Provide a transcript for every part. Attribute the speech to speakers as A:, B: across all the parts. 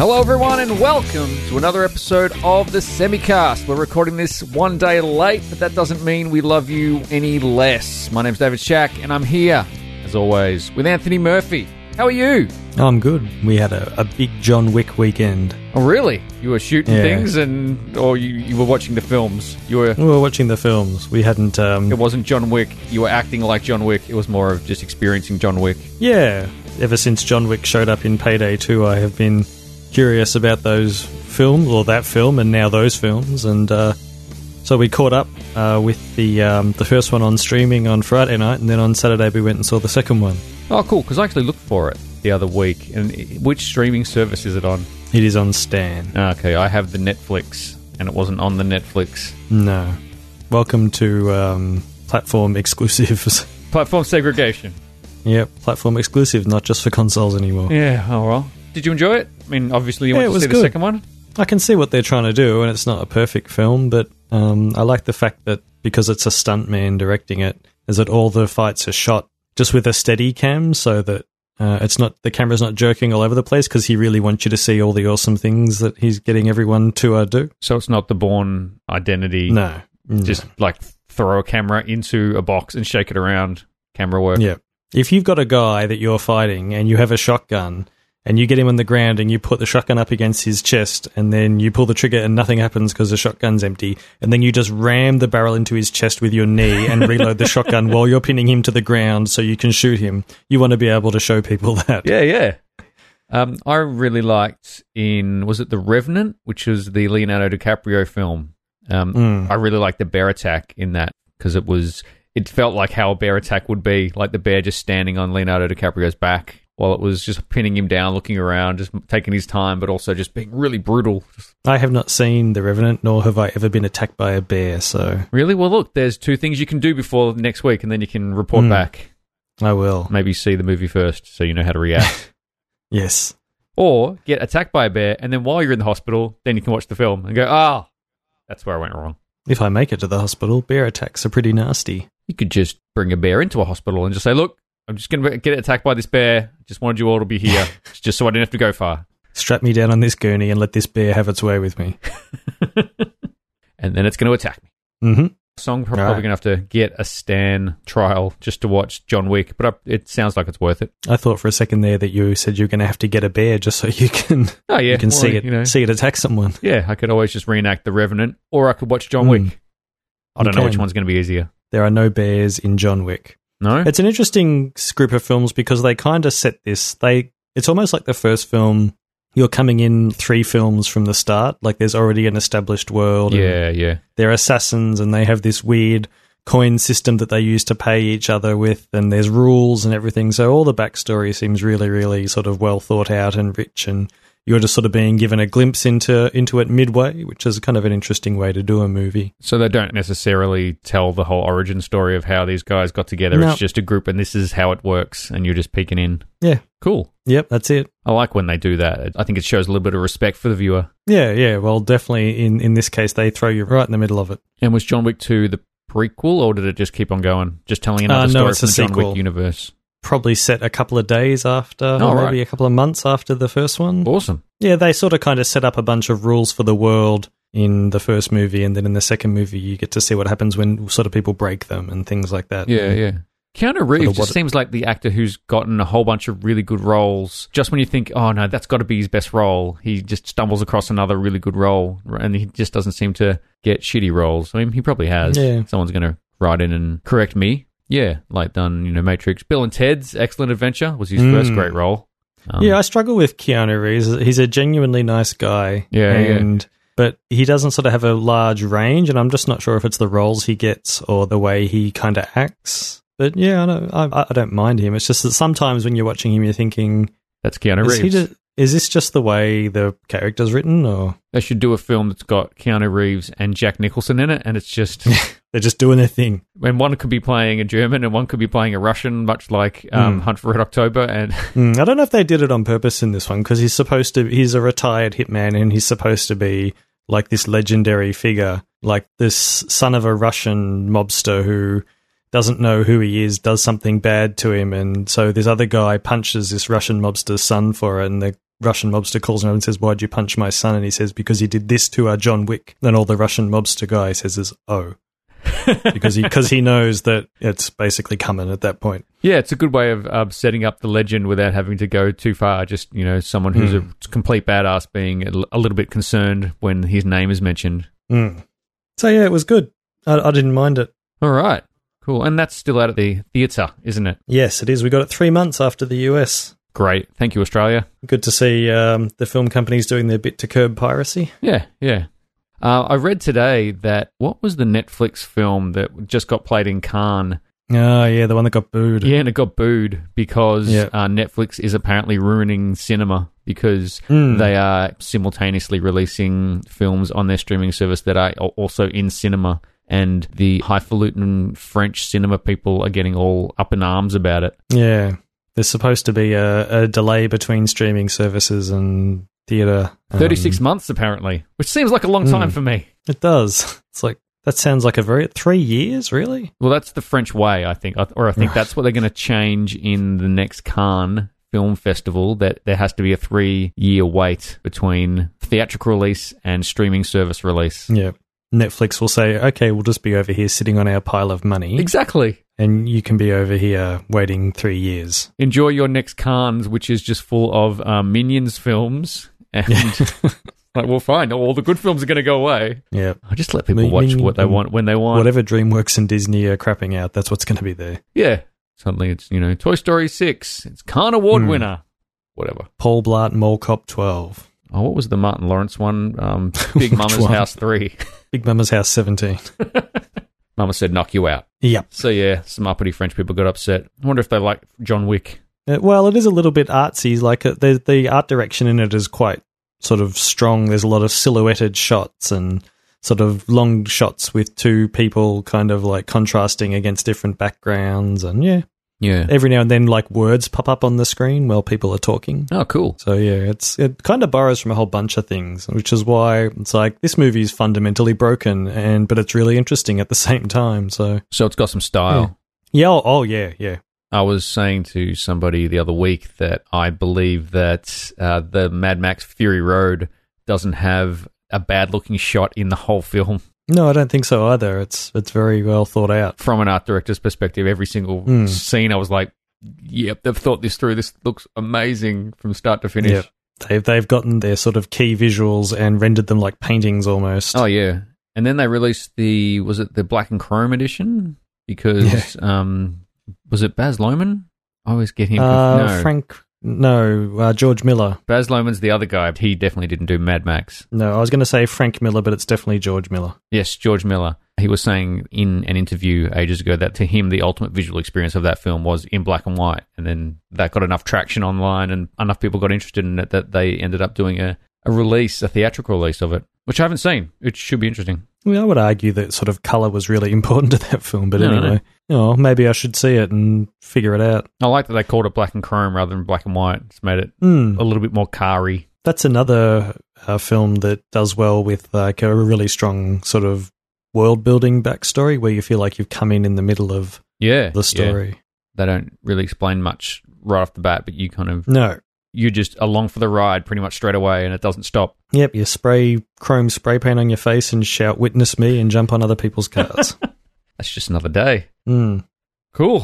A: everyone, and welcome to another episode of the Semicast. We're recording this one day late, but that doesn't mean we love you any less. My name's David Shack, and I'm here, as always, with Anthony Murphy. How are you?
B: Oh, I'm good. We had a, a big John Wick weekend.
A: Oh, really? You were shooting
B: Yeah.
A: things, and or you, you were watching the films. You were.
B: We were watching the films. We hadn't.
A: It
B: Um,
A: wasn't John Wick. You were acting like John Wick. It was more of just experiencing John Wick.
B: yeah. Ever since John Wick showed up in Payday 2, I have been curious about those films, or that film, and now those films. And uh, so we caught up uh, with the um, the first one on streaming on Friday night, and then on Saturday we went and saw the second one.
A: Oh, cool! Because I actually looked for it the other week. And it- which streaming service is it on? Ah,
B: It is on Stan.
A: Okay, I have the Netflix, and it wasn't on the Netflix.
B: No. Welcome to um, platform exclusives.
A: Platform segregation.
B: yep, platform exclusive, not just for consoles anymore.
A: Yeah, oh well. Did you enjoy it? I mean, obviously you
B: Yeah,
A: want
B: it
A: to
B: was
A: see the
B: good.
A: second one.
B: I can see what they're trying to do, and it's not a perfect film, but um, I like the fact that because it's a stuntman directing it, is that all the fights are shot just with a steady cam, so that uh, it's not the camera's not jerking all over the place because he really wants you to see all the awesome things that he's getting everyone to uh, do.
A: So it's not the Born identity.
B: No, Mm. No.
A: Just like throw a camera into a box and shake it around. Camera work.
B: yeah. If you've got a guy that you're fighting and you have a shotgun. And you get him on the ground, and you put the shotgun up against his chest, and then you pull the trigger, and nothing happens because the shotgun's empty. And then you just ram the barrel into his chest with your knee and reload the shotgun while you're pinning him to the ground, so you can shoot him. You want to be able to show people that.
A: Yeah, yeah. Um, I really liked in was it The Revenant, which was the Leonardo DiCaprio film. Um,
B: Mm.
A: I really liked the bear attack in that because it was it felt like how a bear attack would be, like the bear just standing on Leonardo DiCaprio's back while it was just pinning him down, looking around, just taking his time, but also just being really brutal. Just-
B: I have not seen The Revenant, nor have I ever been attacked by a bear, so
A: really well. Look, there's two things you can do before next week, and then you can report
B: Mm.
A: back.
B: I will.
A: Maybe see the movie first so you know how to react.
B: Yes.
A: or get attacked by a bear, and then while you're in the hospital, then you can watch the film and go, ah, that's where I went wrong.
B: If I make it to the hospital, bear attacks are pretty nasty.
A: You could just bring a bear into a hospital and just say, look, I'm just going to get attacked by this bear. Just wanted you all to be here, just so I didn't have to go far.
B: Strap me down on this gurney and let this bear have its way with me.
A: And then it's going to attack me.
B: hmm
A: Song probably
B: Right.
A: going to have to get a Stan trial just to watch John Wick, but I, it sounds like it's worth it.
B: I thought for a second there that you said you're going to have to get a bear just so you can
A: Oh yeah,
B: you can
A: well,
B: see it
A: You know,
B: see it attack someone.
A: yeah, I could always just reenact The Revenant, or I could watch John
B: Mm.
A: Wick. I don't
B: You
A: know which
B: can.
A: one's going to be easier.
B: There are no bears in John Wick.
A: No,
B: It's an interesting s- group of films because they kind of set this. They it's almost like the first film. You're coming in three films from the start. Like there's already an established world. and
A: yeah, yeah.
B: they're assassins and they have this weird coin system that they use to pay each other with and there's rules and everything so all the backstory seems really really sort of well thought out and rich and you're just sort of being given a glimpse into into it midway which is kind of an interesting way to do a movie
A: So they don't necessarily tell the whole origin story of how these guys got together.
B: No.
A: It's just a group, and this is how it works, and you're just peeking in.
B: Yeah.
A: cool.
B: yep that's it
A: I like when they do that. I think it shows a little bit of respect for the viewer.
B: yeah yeah well definitely in in this case they throw you right in the middle of it
A: And was John Wick two the prequel, or did it just keep on going, just telling another
B: Uh, no,
A: story
B: it's
A: from
B: a
A: the John Wick
B: sequel.
A: universe?
B: probably set a couple of days after
A: Oh,
B: or
A: right.
B: maybe a couple of months after the first one
A: Awesome.
B: Yeah, they sort of kind of set up a bunch of rules for the world in the first movie, and then in the second movie, you get to see what happens when sort of people break them and things like that.
A: Yeah, yeah. Keanu
B: Sort
A: Reeves
B: of
A: just
B: what-
A: seems like the actor who's gotten a whole bunch of really good roles. Just when you think, oh no, that's got to be his best role, he just stumbles across another really good role, and he just doesn't seem to get shitty roles. I mean, he probably has.
B: Yeah.
A: Someone's going to write in and correct me. Yeah, like done, you know, Matrix. Bill and Ted's Excellent Adventure was his
B: Mm.
A: first great role. Um,
B: yeah. I struggle with Keanu Reeves. He's a genuinely nice guy.
A: Yeah, yeah.
B: and but he doesn't sort of have a large range, and I'm just not sure if it's the roles he gets or the way he kind of acts. But yeah, I don't, I, I don't mind him. It's just that sometimes when you're watching him, you're thinking,
A: that's Keanu Reeves.
B: is, he just, is this just the way the character's written, or
A: they should do a film that's got Keanu Reeves and Jack Nicholson in it, and it's just.
B: they're just doing their thing?
A: and one could be playing a German and one could be playing a Russian, much like um,
B: Mm.
A: Hunt for Red October. And
B: Mm, I don't know if they did it on purpose in this one because he's supposed to. He's a retired hitman, and he's supposed to be like this legendary figure, like this son of a Russian mobster who doesn't know who he is, does something bad to him, and so this other guy punches this Russian mobster's son for it, and the Russian mobster calls him up and says, Why'd you punch my son? And he says, Because he did this to our John Wick. Then all the Russian mobster guy says is, Oh. because he, cause he knows that it's basically coming at that point.
A: Yeah, it's a good way of um, setting up the legend without having to go too far. Just, you know, someone who's a complete badass being a l- a little bit concerned when his name is mentioned.
B: Mm. So, yeah, it was good. I, I didn't mind it.
A: All right. Cool. And that's still out at the theatre, isn't it?
B: Yes, it is. We got it three months after the US.
A: Great. Thank you, Australia.
B: Good to see um, the film companies doing their bit to curb piracy.
A: Yeah, yeah. Uh, I read today that what was the Netflix film that just got played in Cannes?
B: Oh, yeah, the one that got booed.
A: Yeah, and it got booed because
B: Yeah.
A: uh, Netflix is apparently ruining cinema because
B: Hmm.
A: they are simultaneously releasing films on their streaming service that are al- also in cinema. And the highfalutin French cinema people are getting all up in arms about it.
B: Yeah. There's supposed to be a, a delay between streaming services and theatre. Um,
A: 36 months, apparently, which seems like a long time
B: Hmm.
A: for me.
B: It does. It's like, that sounds like a very. Three years, really?
A: Well, that's the French way, I think, I- or I think that's what they're going to change in the next Cannes Film Festival. That there has to be a three-year wait between theatrical release and streaming service release.
B: Yeah. Netflix will say, okay, we'll just be over here sitting on our pile of money,
A: Exactly.
B: and you can be over here waiting three years.
A: Enjoy your next Cannes, which is just full of uh, Minions films, and like, well, fine, all the good films are going to go away.
B: Yeah.
A: I just let people
B: Min-
A: watch
B: Minion-
A: what they want when they want.
B: Whatever DreamWorks and Disney are crapping out, that's what's going to be there.
A: Yeah. Suddenly, it's you know, Toy Story Six, it's Cannes Award
B: Hmm.
A: winner, whatever.
B: Paul Blart Mall Cop 12.
A: Oh, what was the Martin Lawrence one? Um, Big
B: Which
A: Mama's
B: one?
A: House 3.
B: Big Mama's House 17.
A: Mama said, knock you out.
B: Yep.
A: So, yeah, some uppity French people got upset. I wonder if they like John Wick.
B: Uh, Well, it is a little bit artsy. Like uh, the the art direction in it is quite sort of strong. There's a lot of silhouetted shots and sort of long shots with two people kind of like contrasting against different backgrounds. And yeah,
A: Yeah.
B: every now and then like words pop up on the screen while people are talking.
A: Oh, cool.
B: So yeah, it's it kind of borrows from a whole bunch of things, which is why it's like this movie is fundamentally broken and but it's really interesting at the same time. So
A: So, it's got some style.
B: yeah, oh, oh yeah, yeah.
A: I was saying to somebody the other week that I believe that uh, the Mad Max Fury Road doesn't have a bad looking shot in the whole film.
B: No, I don't think so either. It's it's very well thought out.
A: From an art director's perspective, every single
B: Hmm.
A: scene, I was like, yep, they've thought this through. This looks amazing from start to finish.
B: Yeah, They've they've gotten their sort of key visuals and rendered them like paintings almost.
A: Oh yeah, and then they released the was it the black and chrome edition because um was it Baz Luhrmann? I always get him.
B: uh,
A: conf- no,
B: Frank, no, uh, George Miller.
A: Baz Luhrmann's the other guy. He definitely didn't do Mad Max.
B: No, I was going to say Frank Miller, but it's definitely George Miller.
A: Yes, George Miller. He was saying in an interview ages ago that to him the ultimate visual experience of that film was in black and white, and then that got enough traction online and enough people got interested in it that they ended up doing a, a release, a theatrical release of it, which I haven't seen. It should be interesting.
B: I mean, I would argue that sort of color was really important to that film, but
A: No, no,
B: anyway, oh, maybe I should see it and figure it out.
A: I like that they called it black and chrome rather than black and white. It's made it
B: Hmm.
A: a little bit more carry.
B: That's another uh, film that does well with like a really strong sort of world building backstory where you feel like you've come in in the middle of
A: Yeah,
B: the story.
A: They don't really explain much right off the bat, but you kind of
B: No,
A: you're just along for the ride pretty much straight away, and it doesn't stop.
B: Yep, you spray chrome spray paint on your face and shout "Witness me" and jump on other people's cars.
A: That's just another day.
B: mm.
A: Cool.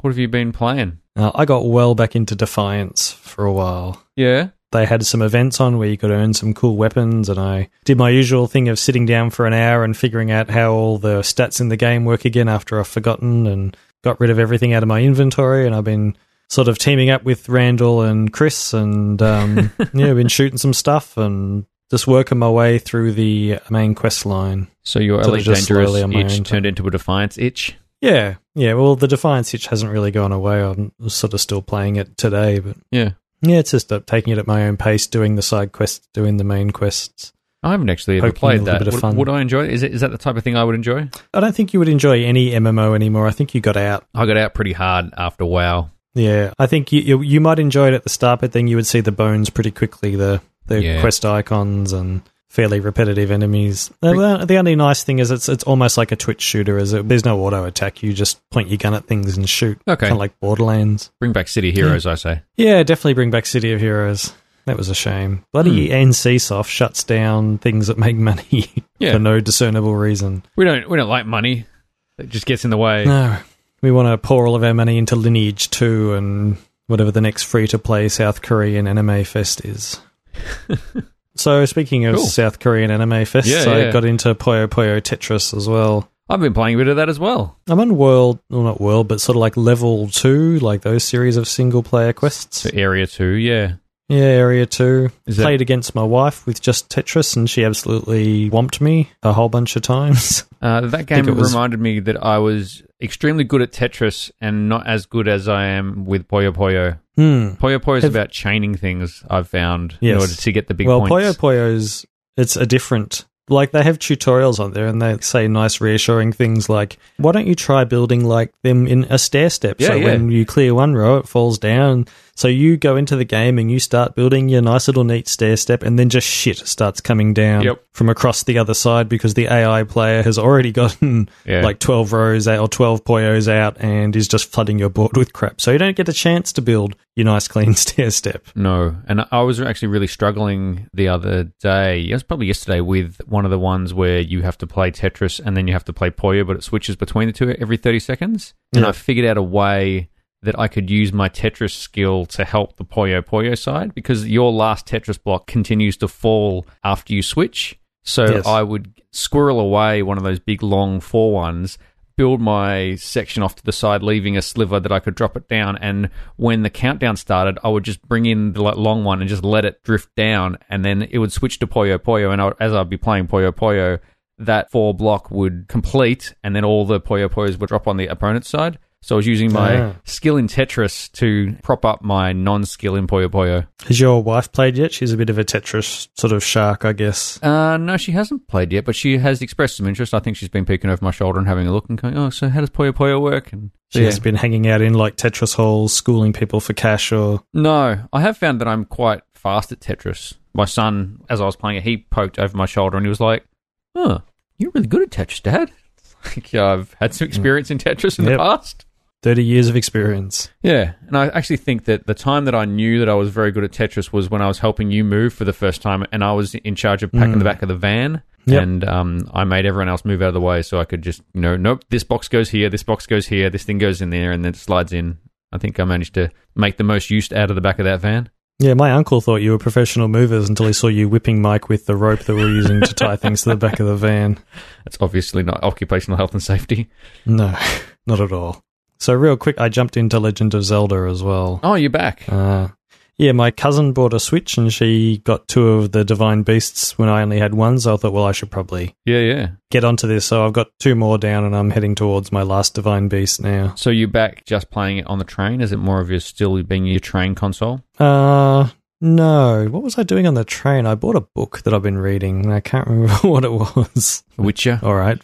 A: What have you been playing?
B: uh, I got well back into Defiance for a while.
A: Yeah.
B: They had some events on where you could earn some cool weapons, and I did my usual thing of sitting down for an hour and figuring out how all the stats in the game work again after I've forgotten and got rid of everything out of my inventory. And I've been sort of teaming up with Randall and Chris, and um, yeah, been shooting some stuff and just working my way through the main quest line.
A: So your
B: Sort of
A: LA
B: just
A: Dangerous
B: slowly on my own
A: itch
B: time.
A: turned into a Defiance itch.
B: Yeah, yeah. Well, the Defiance itch hasn't really gone away. I'm sort of still playing it today, but
A: Yeah.
B: yeah, it's just uh, taking it at my own pace, doing the side quests, doing the main quests.
A: I haven't actually ever
B: Poking a
A: played that.
B: little bit of
A: Would,
B: fun.
A: would I enjoy it? Is, it? is that the type of thing I would enjoy?
B: I don't think you would enjoy any MMO anymore. I think you got out.
A: I got out pretty hard after WoW.
B: Yeah, I think you you, you might enjoy it at the start, but then you would see the bones pretty quickly. The the
A: Yeah.
B: quest icons and fairly repetitive enemies. Uh,
A: Re-
B: well, the only nice thing is it's it's almost like a twitch shooter. Is it, there's no auto attack. You just point your gun at things and shoot.
A: Okay.
B: kind of like Borderlands.
A: Bring back City Heroes, I say.
B: Yeah, definitely bring back City of Heroes. That was a shame. Bloody
A: Hmm.
B: NCSoft shuts down things that make money
A: Yeah.
B: for no discernible reason.
A: We don't we don't like money. It just gets in the way.
B: No, we want to pour all of our money into Lineage 2 and whatever the next free to play South Korean anime fest is. so, speaking of
A: Cool.
B: South Korean anime fests,
A: Yeah,
B: I
A: yeah.
B: got into Puyo Puyo Tetris as well.
A: I've been playing a bit of that as well.
B: I'm on world, well, not world, but sort of like level 2, like those series of single player quests.
A: So Area Two, yeah.
B: Yeah, Area 2.
A: Is that
B: Played against my wife with just Tetris, and she absolutely whomped me a whole bunch of times.
A: uh, that
B: think
A: game
B: it was-
A: reminded me that I was extremely good at Tetris and not as good as I am with Puyo Puyo.
B: hmm.
A: Puyo Puyo is
B: Have-
A: about chaining things. I've found in
B: Yes.
A: order to get the big
B: well,
A: points.
B: Puyo Puyo's it's a different like they have tutorials on there and they say nice reassuring things like why don't you try building like them in a stair step
A: Yeah,
B: so
A: yeah.
B: when you clear one row it falls down so you go into the game and you start building your nice little neat stair step and then just shit starts coming down
A: Yep.
B: from across the other side because the AI player has already gotten
A: Yeah.
B: like 12 rows out or 12 Poyos out and is just flooding your board with crap so you don't get a chance to build your nice clean stair step
A: No, and I- I was actually really struggling the other day. It was probably yesterday with one of the ones where you have to play Tetris and then you have to play Puyo, but it switches between the two every thirty seconds. And
B: Yeah.
A: I figured out a way that I could use my Tetris skill to help the Puyo Puyo side because your last Tetris block continues to fall after you switch. So
B: Yes.
A: I would squirrel away one of those big long four ones, build my section off to the side, leaving a sliver that I could drop it down. And when the countdown started, I would just bring in the like, long one and just let it drift down. And then it would switch to Poyo Poyo. And I would, as I'd be playing Poyo Poyo, that four block would complete. And then all the Poyo Poyos would drop on the opponent's side. So I was using my
B: Ah.
A: skill in Tetris to prop up my non skill in Poyo Poyo.
B: Has your wife played yet? She's a bit of a Tetris sort of shark, I guess.
A: Uh, no, she hasn't played yet, but she has expressed some interest. I think she's been peeking over my shoulder and having a look and going, "Oh, so how does Puyo Puyo work?" And
B: She has been hanging out in like Tetris halls, schooling people for cash or.
A: no, I have found that I'm quite fast at Tetris. My son, as I was playing it, he poked over my shoulder and he was like, "Huh, you're really good at Tetris, Dad." Like, yeah, I've had some experience in Tetris in
B: Mm. Yep.
A: the past.
B: 30 years of experience.
A: Yeah, and I actually think that the time that I knew that I was very good at Tetris was when I was helping you move for the first time, and I was in charge of packing
B: Mm.
A: the back of the van,
B: Yep.
A: and um, I made everyone else move out of the way so I could just, you know, nope, this box goes here, this box goes here, this thing goes in there, and then it slides in. I think I managed to make the most use out of the back of that van.
B: Yeah, my uncle thought you were professional movers until he saw you whipping Mike with the rope that we we're using to tie things to the back of the van.
A: That's obviously not occupational health and safety.
B: No, not at all. So, real quick, I jumped into Legend of Zelda as well.
A: Oh, you're back.
B: Uh, yeah, my cousin bought a Switch and she got two of the Divine Beasts when I only had one, so I thought, well, I should probably
A: Yeah, yeah.
B: get onto this. So I've got two more down, and I'm heading towards my last divine beast now.
A: So you're back just playing it on the train? Is it more of your still being your train console?
B: Uh no, what was I doing on the train? I bought a book that I've been reading. and I can't remember what it was.
A: Witcher?
B: All right.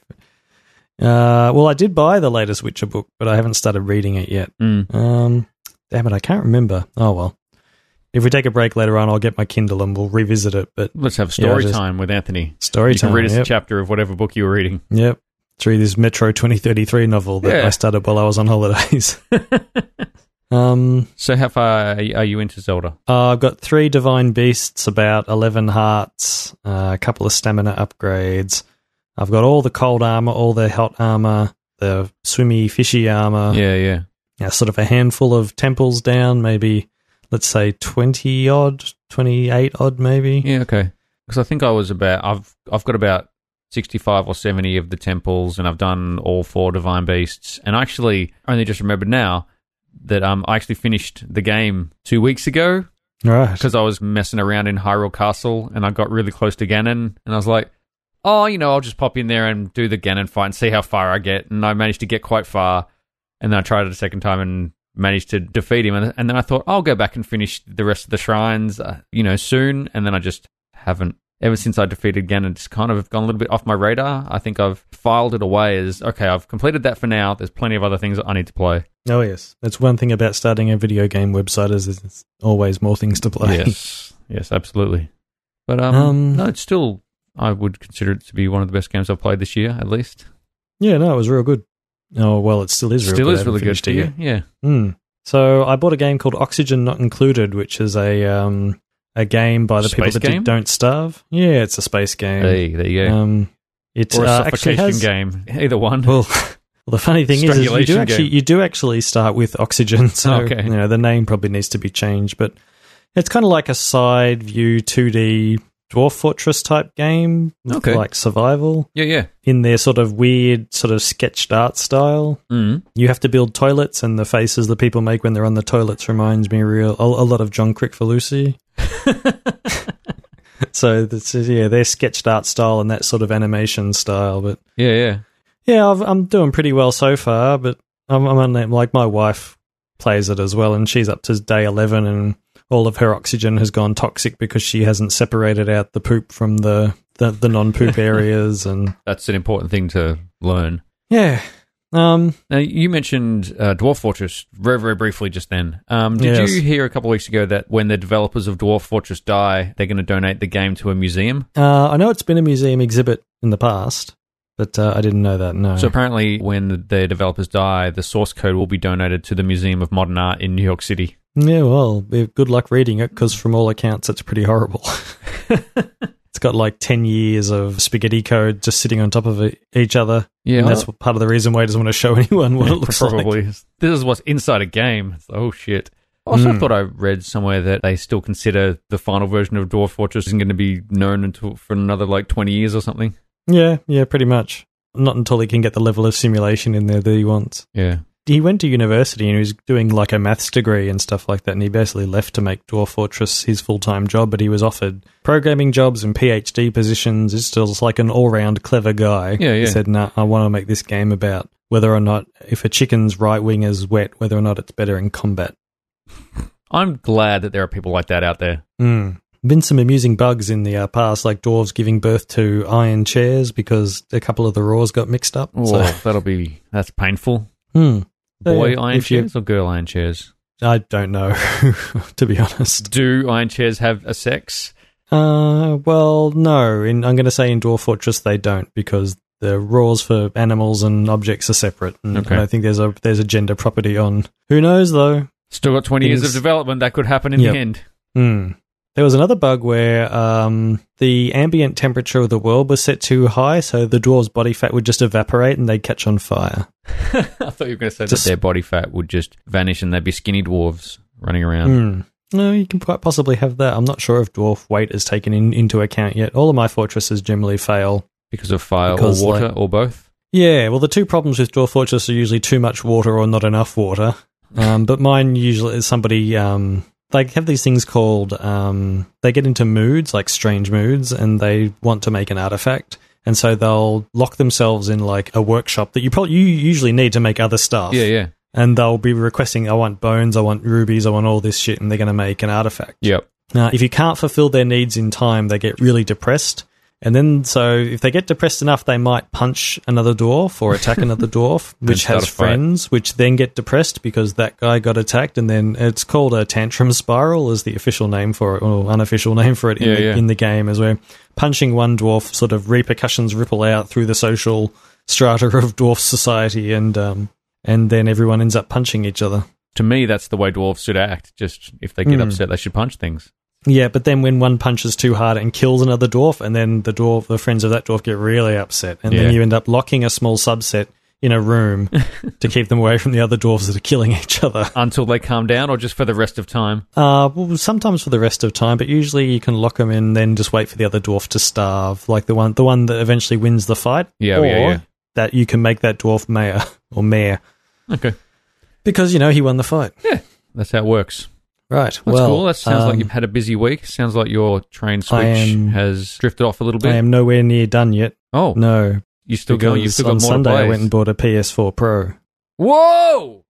B: Uh, well, I did buy the latest Witcher book, but I haven't started reading it yet.
A: Mm.
B: Um, damn it, I can't remember. Oh well. If we take a break later on, I'll get my Kindle and we'll revisit it. But
A: Let's have
B: Yeah, I
A: story
B: just-
A: time with Anthony.
B: story
A: you
B: time.
A: can read us a
B: yep,
A: chapter of whatever book you were reading.
B: yep. Through this Metro 2033 novel that
A: Yeah.
B: I started while I was on holidays. um,
A: So how far are you are you into Zelda?
B: Uh, I've got three divine beasts, about eleven hearts, uh, a couple of stamina upgrades. I've got all the cold armor, all the hot armor, the swimmy fishy armor.
A: yeah, yeah.
B: Yeah, sort of a handful of temples down, maybe let's say twenty odd, twenty eight odd, maybe.
A: Yeah, okay. Because I think I was about I've I've got about sixty five or seventy of the temples, and I've done all four divine beasts. And I actually only just remembered now that um I actually finished the game two weeks ago
B: Right.
A: because I was messing around in Hyrule Castle, and I got really close to Ganon, and I was like. Oh, you know, I'll just pop in there and do the Ganon fight and see how far I get. And I managed to get quite far. And then I tried it a second time and managed to defeat him. And, and then I thought, I'll go back and finish the rest of the shrines, uh, you know, soon. And then I just haven't. Ever since I defeated Ganon, it's kind of gone a little bit off my radar. I think I've filed it away as, okay, I've completed that for now. There's plenty of other things that I need to play.
B: Oh yes, that's one thing about starting a video game website is there's always more things to play.
A: yes. Yes, absolutely. But um,
B: Um,
A: no, it's still, I would consider it to be one of the best games I've played this year, at least.
B: yeah, no, it was real good. Oh well, it still is real
A: still
B: good. I
A: is
B: haven't
A: really good
B: finished
A: for
B: it yet.
A: you. Yeah.
B: Hmm. So I bought a game called Oxygen Not Included, which is a um, a game by the people
A: Space
B: that
A: game?
B: did Don't Starve. Yeah, it's a space game.
A: Hey, there you go.
B: Um, it
A: or a
B: uh, actually
A: suffocation
B: has.
A: game. Either one.
B: Well, well, the funny thing is, is you do
A: Strangulation
B: actually
A: game.
B: you do actually start with oxygen, so
A: Okay.
B: you know the name probably needs to be changed. But it's kind of like a side view two D dwarf fortress type game, with,
A: Okay.
B: like survival
A: yeah, yeah.
B: in their sort of weird sort of sketched art style.
A: Mm.
B: You have to build toilets, and the faces that people make when they're on the toilets reminds me real a, a lot of John Crick for Lucy. so this is yeah, their sketched art style and that sort of animation style. But
A: Yeah, yeah.
B: yeah, I've, I'm doing pretty well so far. But I'm, I'm on that- like my wife plays it as well, and she's up to day eleven, and all of her oxygen has gone toxic because she hasn't separated out the poop from the the, the non poop areas, and
A: That's an important thing to learn.
B: yeah. Um,
A: Now, you mentioned uh, Dwarf Fortress very, very briefly just then. Um, did
B: Yes.
A: you hear a couple of weeks ago that when the developers of Dwarf Fortress die, they're going to donate the game to a museum?
B: Uh, I know it's been a museum exhibit in the past, but uh, I didn't know that. No.
A: So apparently, when the developers die, the source code will be donated to the Museum of Modern Art in New York City.
B: yeah, well, eh, good luck reading it because from all accounts, it's pretty horrible. it's got like ten years of spaghetti code just sitting on top of e- each other,
A: Yeah,
B: and that's part of the reason why he doesn't want to show anyone what it looks like.
A: probably. This is what's inside a game. It's- oh shit! Also, I
B: Mm.
A: thought I read somewhere that they still consider the final version of Dwarf Fortress isn't going to be known until for another like twenty years or something.
B: Yeah, yeah, pretty much. Not until he can get the level of simulation in there that he wants.
A: Yeah.
B: He went to university and he was doing like a maths degree and stuff like that, and he basically left to make Dwarf Fortress his full time job. But he was offered programming jobs and PhD positions. He's still like an all round clever guy.
A: Yeah, yeah.
B: He said, "No, I want to make this game about whether or not if a chicken's right wing is wet, whether or not it's better in combat."
A: I'm glad that there are people like that out there.
B: Mm. Been some amusing bugs in the uh, past, like dwarves giving birth to iron chairs because a couple of the raws got mixed up.
A: Oh,
B: So,
A: that'll be that's painful.
B: Hmm. So,
A: Boy
B: yeah,
A: iron
B: if you-
A: chairs or girl iron chairs?
B: I don't know, to be honest.
A: Do iron chairs have a sex?
B: Uh, well, no. In, I'm going to say in Dwarf Fortress they don't because the rules for animals and objects are separate. And
A: Okay.
B: I don't think there's a there's a gender property on. Who knows though?
A: Still got twenty years
B: Things-
A: of development that could happen in
B: Yep.
A: the end.
B: Hmm. There was another bug where um, the ambient temperature of the world was set too high, so the dwarf's body fat would just evaporate and they'd catch on fire.
A: I thought you were going to say
B: Just-
A: that their body fat would just vanish and they'd be skinny dwarves running around.
B: Hmm. No, you can quite possibly have that. I'm not sure if dwarf weight is taken in, into account yet. All of my fortresses generally fail
A: Because of fire
B: Because,
A: or water
B: like-
A: or both?
B: Yeah, well, the two problems with Dwarf Fortress are usually too much water or not enough water. Um, but mine usually is somebody. Um, they have these things called. Um, they get into moods, like strange moods, and they want to make an artifact. And so they'll lock themselves in like a workshop that you probably you usually need to make other stuff.
A: Yeah, yeah.
B: And they'll be requesting, I want bones, I want rubies, I want all this shit, and they're going to make an artifact.
A: Yep.
B: Now, if you can't fulfill their needs in time, they get really depressed. And then, so if they get depressed enough, they might punch another dwarf or attack another dwarf, which
A: start
B: has
A: a fight.
B: friends, which then get depressed because that guy got attacked. And then it's called a tantrum spiral, is the official name for it, or unofficial name for it in,
A: Yeah,
B: the,
A: yeah.
B: in the game, is where punching one dwarf sort of repercussions ripple out through the social strata of dwarf society. And, um, and then everyone ends up punching each other.
A: To me, that's the way dwarves should act. Just if they get
B: Hmm.
A: upset, they should punch things.
B: Yeah, but then when one punches too hard and kills another dwarf, and then the dwarf, the friends of that dwarf get really upset, and
A: Yeah.
B: then you end up locking a small subset in a room to keep them away from the other dwarves that are killing each other.
A: Until they calm down or just for the rest of time.
B: Uh, well, sometimes for the rest of time, but usually you can lock them in, then just wait for the other dwarf to starve, like the one, the one that eventually wins the fight.
A: Yeah,
B: or
A: yeah, yeah.
B: that you can make that dwarf mayor or mayor
A: Okay.
B: because you know he won the fight.
A: That's how it works.
B: Right.
A: That's
B: well,
A: cool. That sounds like
B: um,
A: you've had a busy week. Sounds like your train switch
B: am-
A: has drifted off a little bit.
B: I am nowhere near done yet.
A: oh,
B: No,
A: you still going? You've
B: Because
A: still got
B: on
A: more
B: Sunday
A: to
B: I
A: play.
B: went and bought a PS4 Pro.
A: Whoa!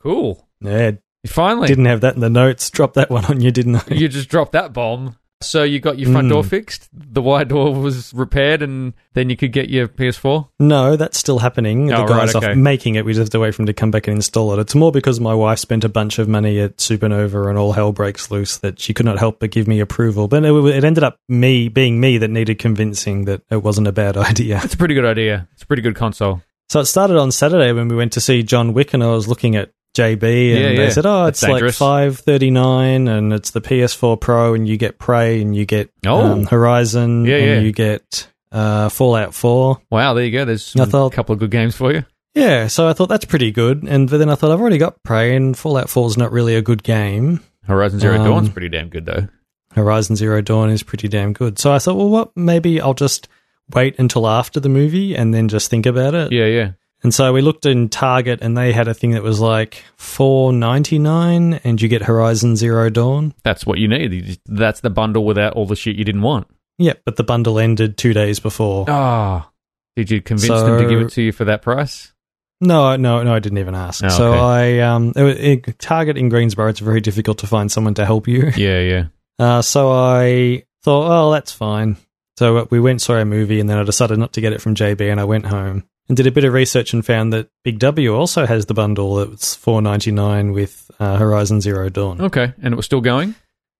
A: Cool.
B: Yeah,
A: You finally
B: didn't have that in the notes. Dropped that one on you, didn't I?
A: you just dropped that bomb. So you got your front
B: Mm.
A: door fixed. The wide door was repaired, and then you could get your PS4.
B: No, that's still happening.
A: Oh,
B: the guys
A: right, okay.
B: off making it. We just have to wait for him to come back and install it. It's more because my wife spent a bunch of money at Supernova and all hell breaks loose that she could not help but give me approval. But it, it ended up me being me that needed convincing that it wasn't a bad idea.
A: That's a pretty good idea. It's a pretty good console.
B: So it started on Saturday when we went to see John Wick, and I was looking at JB, and
A: Yeah,
B: they
A: yeah.
B: said, "Oh,
A: That's
B: it's like
A: dangerous.
B: five thirty nine, and it's the PS4 Pro, and you get Prey, and you get
A: Oh.
B: um, Horizon,
A: Yeah,
B: and
A: yeah.
B: you get uh, Fallout Four."
A: Wow, there you go. There's
B: I
A: some-
B: thought-
A: a couple of good games for you.
B: Yeah, so I thought that's pretty good, and but then I thought I've already got Prey, and Fallout Four is not really a good game.
A: Horizon Zero
B: Um,
A: Dawn's pretty damn good though.
B: Horizon Zero Dawn is pretty damn good. So I thought, well, what? Maybe I'll just wait until after the movie and then just think about it.
A: Yeah, yeah.
B: And so we looked in Target, and they had a thing that was like four ninety nine, and you get Horizon Zero Dawn.
A: That's what you need. You just- That's the bundle without all the shit you didn't want.
B: Yep, but the bundle ended two days before.
A: Ah, did you convince them to give it to you for that price?
B: No, no, no, I didn't even ask.
A: Oh,
B: So
A: okay.
B: I um, it, was- it, Target in Greensboro, it's very difficult to find someone to help you.
A: Yeah, yeah.
B: Uh, so I thought, oh, that's fine. So uh, we went saw a movie, and then I decided not to get it from JB, and I went home and did a bit of research and found that Big W also has the bundle that's four ninety nine with uh, Horizon Zero Dawn.
A: Okay, and it was still going.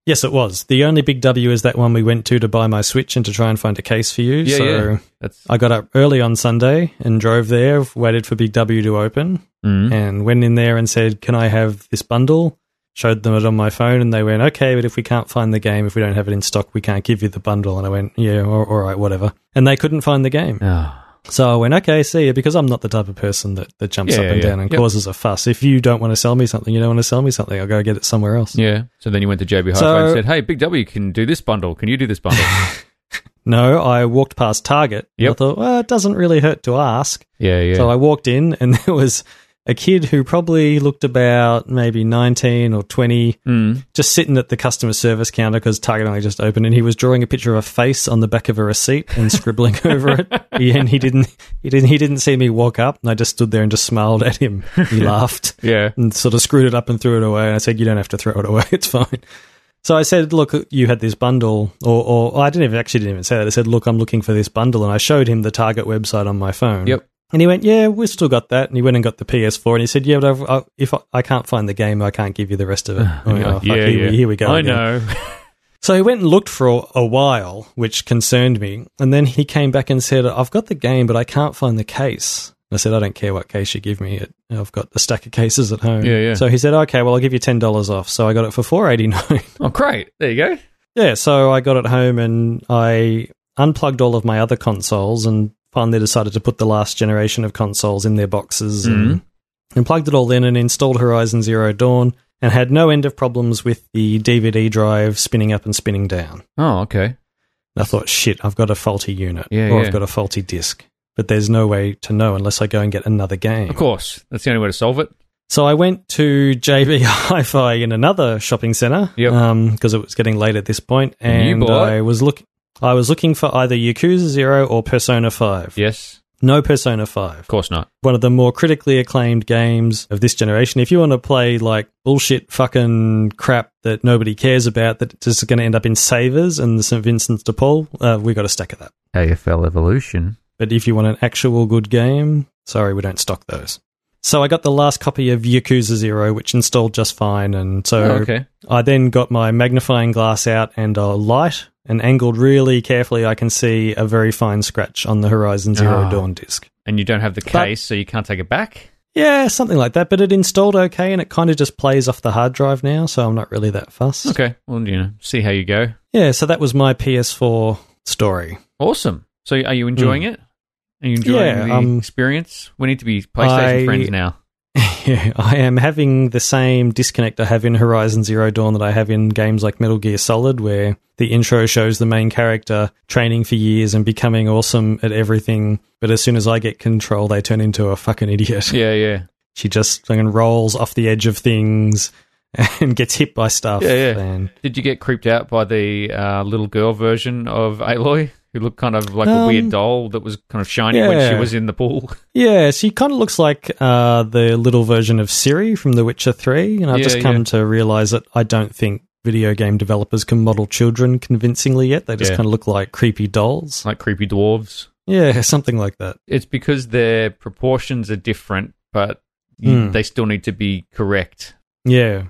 B: Yes, it was. The only Big W is that one we went to to buy my Switch and to try and find a case for you.
A: Yeah,
B: so
A: yeah. That's
B: I got up early on Sunday and drove there, waited for Big W to open,
A: mm.
B: and went in there and said, "Can I have this bundle?" Showed them it on my phone, and they went, "Okay, but if we can't find the game, if we don't have it in stock, we can't give you the bundle." And I went, "Yeah, all, all right, whatever." And they couldn't find the game,
A: Ah.
B: so I went, "Okay, see you," because I'm not the type of person that, that jumps
A: Yeah,
B: up and
A: yeah,
B: down and
A: yep.
B: causes a fuss. If you don't want to sell me something, you don't want to sell me something. I'll go get it somewhere else.
A: yeah. So then you went to JB Hi-Fi
B: So-
A: and said, "Hey, Big W can do this bundle. Can you do this bundle?"
B: No, I walked past Target. and I
A: Yep.
B: thought, well, it doesn't really hurt to ask.
A: yeah, yeah.
B: So I walked in, and there was a kid who probably looked about maybe 19 or 20,
A: Mm.
B: just sitting at the customer service counter because Target only just opened, and he was drawing a picture of a face on the back of a receipt and scribbling over it. He, and he didn't, he didn't, he didn't see me walk up, and I just stood there and just smiled at him. He laughed
A: Yeah.
B: and sort of screwed it up and threw it away. And I said, "You don't have to throw it away; it's fine." So I said, "Look, you had this bundle," or, or I didn't even actually didn't even say that. I said, "Look, I'm looking for this bundle," and I showed him the Target website on my phone.
A: Yep.
B: And he went, "Yeah, we've still got that." And he went and got the PS4, and he said, "Yeah, but I've, I, if I, I can't find the game, I can't give you the rest of it." I
A: And
B: went,
A: you're
B: "Oh,
A: like,
B: fuck, here, we- here we go.
A: I
B: again."
A: know.
B: So he went and looked for a while, which concerned me. And then he came back and said, I've got the game, but I can't find the case. And I said, I don't care what case you give me. It, I've got a stack of cases at home.
A: Yeah, yeah.
B: So he said, okay, well, I'll give you $10 off. So I got it for four eighty nine.
A: oh, great. There you go.
B: yeah, so I got it home and I unplugged all of my other consoles and finally decided to put the last generation of consoles in their boxes and,
A: Mm-hmm.
B: and plugged it all in and installed Horizon Zero Dawn and had no end of problems with the DVD drive spinning up and spinning down.
A: Oh, okay.
B: And I thought, shit, I've got a faulty unit,
A: Yeah,
B: or
A: yeah.
B: I've got a faulty disc. But there's no way to know unless I go and get another game.
A: Of course. That's the only way to solve it.
B: So I went to JB Hi-Fi in another shopping center because
A: Yep.
B: it was getting late at this point,
A: And you
B: and
A: bought-
B: I was look, I was looking for either Yakuza Zero or Persona Five.
A: Yes.
B: No Persona Five
A: Of course not.
B: one of the more critically acclaimed games of this generation. If you want to play like bullshit fucking crap that nobody cares about, that just going to end up in savers and the St. Vincent's de Paul, uh, we got a stack of that.
A: AFL Evolution.
B: But if you want an actual good game, sorry, we don't stock those. So I got the last copy of Yakuza Zero, which installed just fine. And so
A: Oh, okay.
B: I then got my magnifying glass out and a light and angled really carefully. I can see a very fine scratch on the Horizon Zero
A: Ah.
B: Dawn disc.
A: And you don't have the case, so you can't take it back.
B: Yeah, something like that. But it installed okay, and it kind of just plays off the hard drive now, so I'm not really that fussed.
A: Okay. Well, you know, see how you go.
B: Yeah, so that was my PS4 story.
A: Awesome. So, are you enjoying it? Are you enjoying
B: Hmm. Yeah,
A: the
B: um,
A: experience? We need to be PlayStation
B: I-
A: friends now.
B: yeah, I am having the same disconnect I have in Horizon Zero Dawn that I have in games like Metal Gear Solid, where the intro shows the main character training for years and becoming awesome at everything. But as soon as I get control, they turn into a fucking idiot.
A: Yeah, yeah,
B: She just fucking rolls off the edge of things and gets hit by stuff.
A: yeah, yeah.
B: And
A: Did you get creeped out by the uh, little girl version of Aloy, who looked kind of like a
B: Um,
A: weird doll that was kind of shiny when she
B: yeah.
A: was in the pool?
B: Yeah, she kind of looks like uh, the little version of Siri from The Witcher 3. And I've
A: Yeah,
B: just come
A: yeah.
B: to realize that I don't think video game developers can model children convincingly yet. They just
A: Yeah.
B: kind of look like creepy dolls.
A: like creepy dwarves.
B: Yeah, something like that.
A: It's because their proportions are different, but you-
B: Mm.
A: they still need to be correct.
B: Yeah.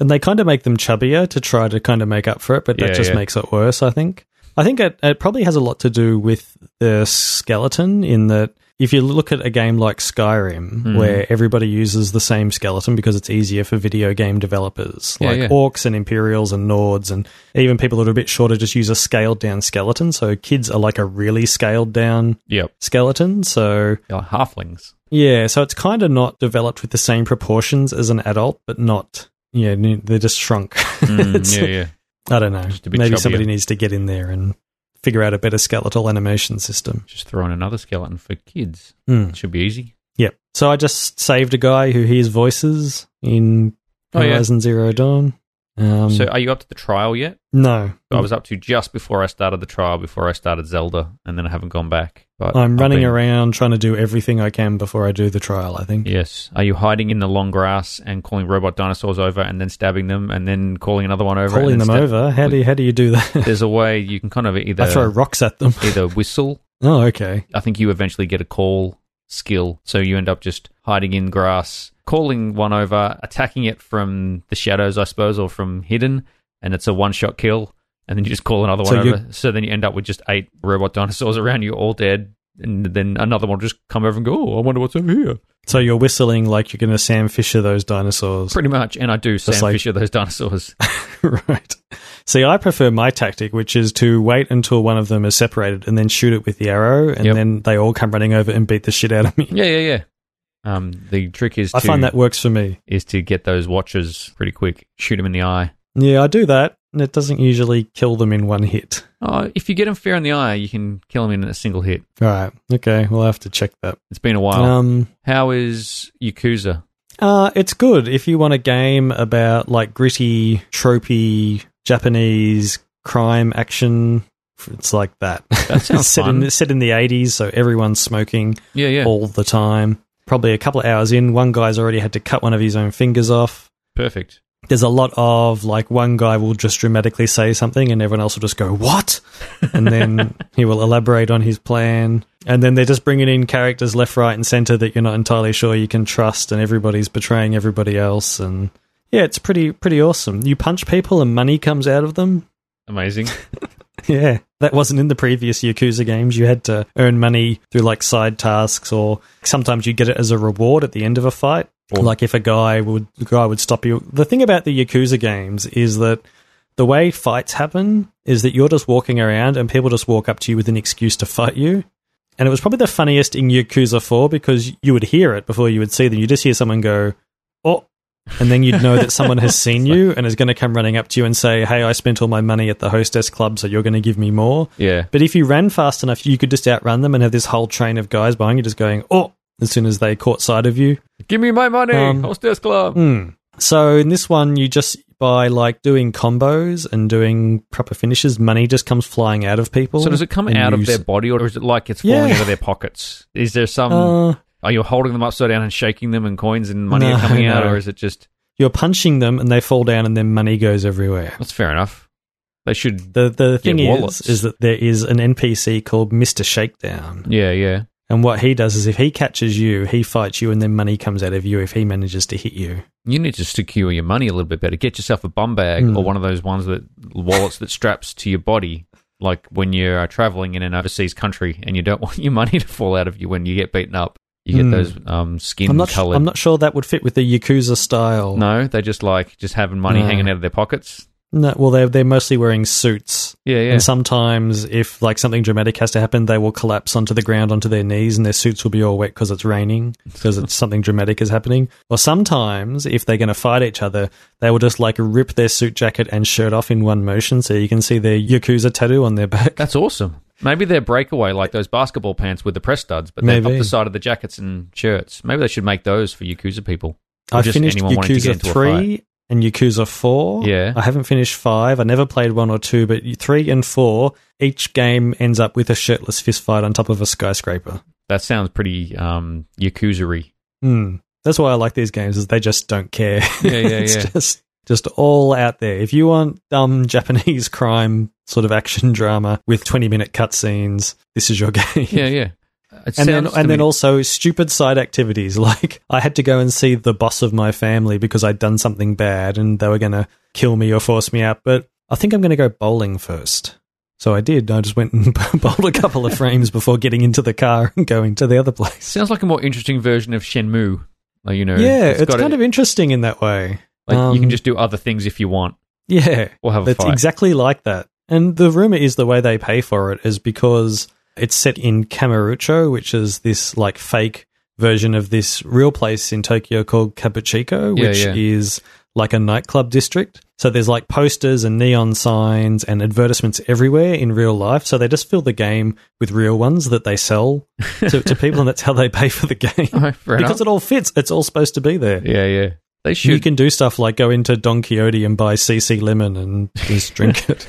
B: And they kind of make them chubbier to try to kind of make up for it, but that
A: Yeah,
B: just
A: yeah.
B: makes it worse, I think. I think it, it probably has a lot to do with the skeleton in that if you look at a game like Skyrim,
A: Mhm.
B: where everybody uses the same skeleton because it's easier for video game developers,
A: Yeah,
B: like
A: yeah.
B: orcs and Imperials and Nords, and even people that are a bit shorter just use a scaled down skeleton. So kids are like a really scaled down
A: Yep.
B: skeleton. So
A: They're halflings.
B: yeah, so it's kind of not developed with the same proportions as an adult, but not. Yeah, n- they're just shrunk. It's-
A: Hmm, Mm, yeah, yeah.
B: I don't know.
A: Just a bit
B: Maybe
A: chubbier.
B: somebody needs to get in there and figure out a better skeletal animation system.
A: Just throw in another skeleton for kids.
B: Hmm.
A: It should be easy.
B: Yep. So I just saved a guy who hears voices in
A: Oh, yeah.
B: Horizon Zero Dawn. Um,
A: so, are you up to the trial yet?
B: no,
A: I was up to just before I started the trial, before I started Zelda, and then I haven't gone back. But
B: I'm
A: I've
B: running
A: been-
B: around trying to do everything I can before I do the trial. I think.
A: Yes. Are you hiding in the long grass and calling robot dinosaurs over and then stabbing them and then calling another one over? and
B: Pulling
A: then
B: them
A: stab-
B: over. How do you, how do you do that?
A: There's a way you can kind of either
B: I throw rocks at them.
A: either whistle.
B: Oh, okay.
A: I think you eventually get a call skill, so you end up just hiding in grass, calling one over, attacking it from the shadows, I suppose, or from hidden, and it's a one shot kill. And then you just call another
B: So
A: one
B: you-
A: over. So then you end up with just eight robot dinosaurs around you, all dead. And then another one will just come over and go, Oh, I wonder what's over here.
B: So you're whistling like you're going to Sam Fisher those dinosaurs.
A: Pretty much. And I do Sam
B: like-
A: Fisher those dinosaurs.
B: right. See, I prefer my tactic, which is to wait until one of them is separated and then shoot it with the arrow, and
A: Yep.
B: then they all come running over and beat the shit out of me.
A: Yeah, yeah, yeah. Um, the trick is
B: I
A: to
B: find that works for me.
A: is to get those watchers pretty quick, shoot them in the eye.
B: Yeah, I do that, and it doesn't usually kill them in one hit.
A: Oh, if you get them fair in the eye, you can kill them in a single hit.
B: All right. Okay. We'll have to check that.
A: It's been a while.
B: Um,
A: How is Yakuza?
B: uh, it's good if you want a game about like gritty, tropey Japanese crime action. It's like that.
A: That sounds
B: set
A: fun.
B: in set in the eighties, so everyone's smoking.
A: Yeah, yeah.
B: all the time. Probably a couple of hours in, one guy's already had to cut one of his own fingers off.
A: Perfect.
B: There's a lot of like one guy will just dramatically say something and everyone else will just go, What? And then he will elaborate on his plan. And then they're just bringing in characters left, right, and center that you're not entirely sure you can trust, and everybody's betraying everybody else. And yeah, it's pretty, pretty awesome. You punch people and money comes out of them.
A: Amazing.
B: Yeah, that wasn't in the previous Yakuza games. You had to earn money through like side tasks, or sometimes you get it as a reward at the end of a fight.
A: Or-
B: like if a guy would the guy would stop you. The thing about the Yakuza games is that the way fights happen is that you're just walking around and people just walk up to you with an excuse to fight you. And it was probably the funniest in Yakuza 4 because you would hear it before you would see them. You just hear someone go, "Oh," and then you'd know that someone has seen you and is going to come running up to you and say, "Hey, I spent all my money at the hostess club, so you're going to give me more."
A: Yeah.
B: But if you ran fast enough, you could just outrun them and have this whole train of guys behind you just going, "Oh!" as soon as they caught sight of you.
A: Give me my money.
B: Um,
A: Hostess Club.
B: Mm. So in this one, you just by like doing combos and doing proper finishes, money just comes flying out of people.
A: So does it come
B: And
A: out
B: you
A: of their
B: s-
A: body, or is it like it's falling
B: Yeah.
A: out of their pockets? Is there some?
B: Uh,
A: are you holding them upside down and shaking them, and coins and money
B: No,
A: are coming out,
B: no.
A: or is it just?
B: you're punching them and they fall down, and then money goes everywhere.
A: That's fair enough. They should.
B: The the thing is,
A: wallets.
B: is that there is an NPC called Mister Shakedown,
A: Yeah, yeah.
B: and what he does is if he catches you, he fights you, and then money comes out of you if he manages to hit you.
A: You need to secure your money a little bit better. Get yourself a bum bag
B: Mm.
A: or one of those ones that wallets that straps to your body, like when you're traveling in an overseas country and you don't want your money to fall out of you when you get beaten up. You get
B: Mm.
A: those um, skin
B: I'm not.
A: colored.
B: I'm not sure that would fit with the Yakuza style.
A: no, they just like just having money
B: No.
A: hanging out of their pockets.
B: no well, they're they're mostly wearing suits.
A: Yeah, yeah.
B: And sometimes, if like something dramatic has to happen, they will collapse onto the ground onto their knees, and their suits will be all wet because it's raining because it's something dramatic is happening. Or sometimes, if they're going to fight each other, they will just like rip their suit jacket and shirt off in one motion, so you can see their yakuza tattoo on their back.
A: That's awesome. Maybe they're breakaway like those basketball pants with the press studs, but they're up
B: Maybe.
A: the side of the jackets and shirts. Maybe they should make those for Yakuza people. Or
B: I
A: just
B: finished
A: anyone wanting to get
B: Yakuza
A: into a
B: three and Yakuza four.
A: Yeah.
B: I haven't finished five. I never played one or two, but three and four. Each game ends up with a shirtless fist fight on top of a skyscraper.
A: That sounds pretty um, Yakuza-y.
B: Hmm. That's why I like these games is they just don't care.
A: Yeah, yeah,
B: it's
A: yeah.
B: just just all out there. If you want dumb Japanese crime sort of action drama with 20 minute cutscenes, this is your game.
A: Yeah, yeah. It
B: And then,
A: sounds to
B: and then
A: me-
B: also stupid side activities. Like, I had to go and see the boss of my family because I'd done something bad and they were going to kill me or force me out. But I think I'm going to go bowling first. So I did. I just went and bowled a couple of frames before getting into the car and going to the other place.
A: Sounds like a more interesting version of Shenmue. Like, you know,
B: yeah, it's,
A: got
B: kind
A: a-
B: of interesting in that way.
A: like you can
B: um,
A: just do other things if you want
B: Yeah,
A: or have a
B: that's
A: fight.
B: exactly like that. And the rumor is the way they pay for it is because it's set in Kamurocho, which is this like fake version of this real place in Tokyo called Kabuchiko,
A: Yeah,
B: which
A: yeah.
B: is like a nightclub district. So there's like posters and neon signs and advertisements everywhere in real life. So they just fill the game with real ones that they sell to, to people, and that's how they pay for the game.
A: Alright, fair enough.
B: because it all fits. It's all supposed to be there.
A: yeah, yeah. They
B: You
A: should.
B: can do stuff like go into Don Quixote and buy CC lemon and just drink it.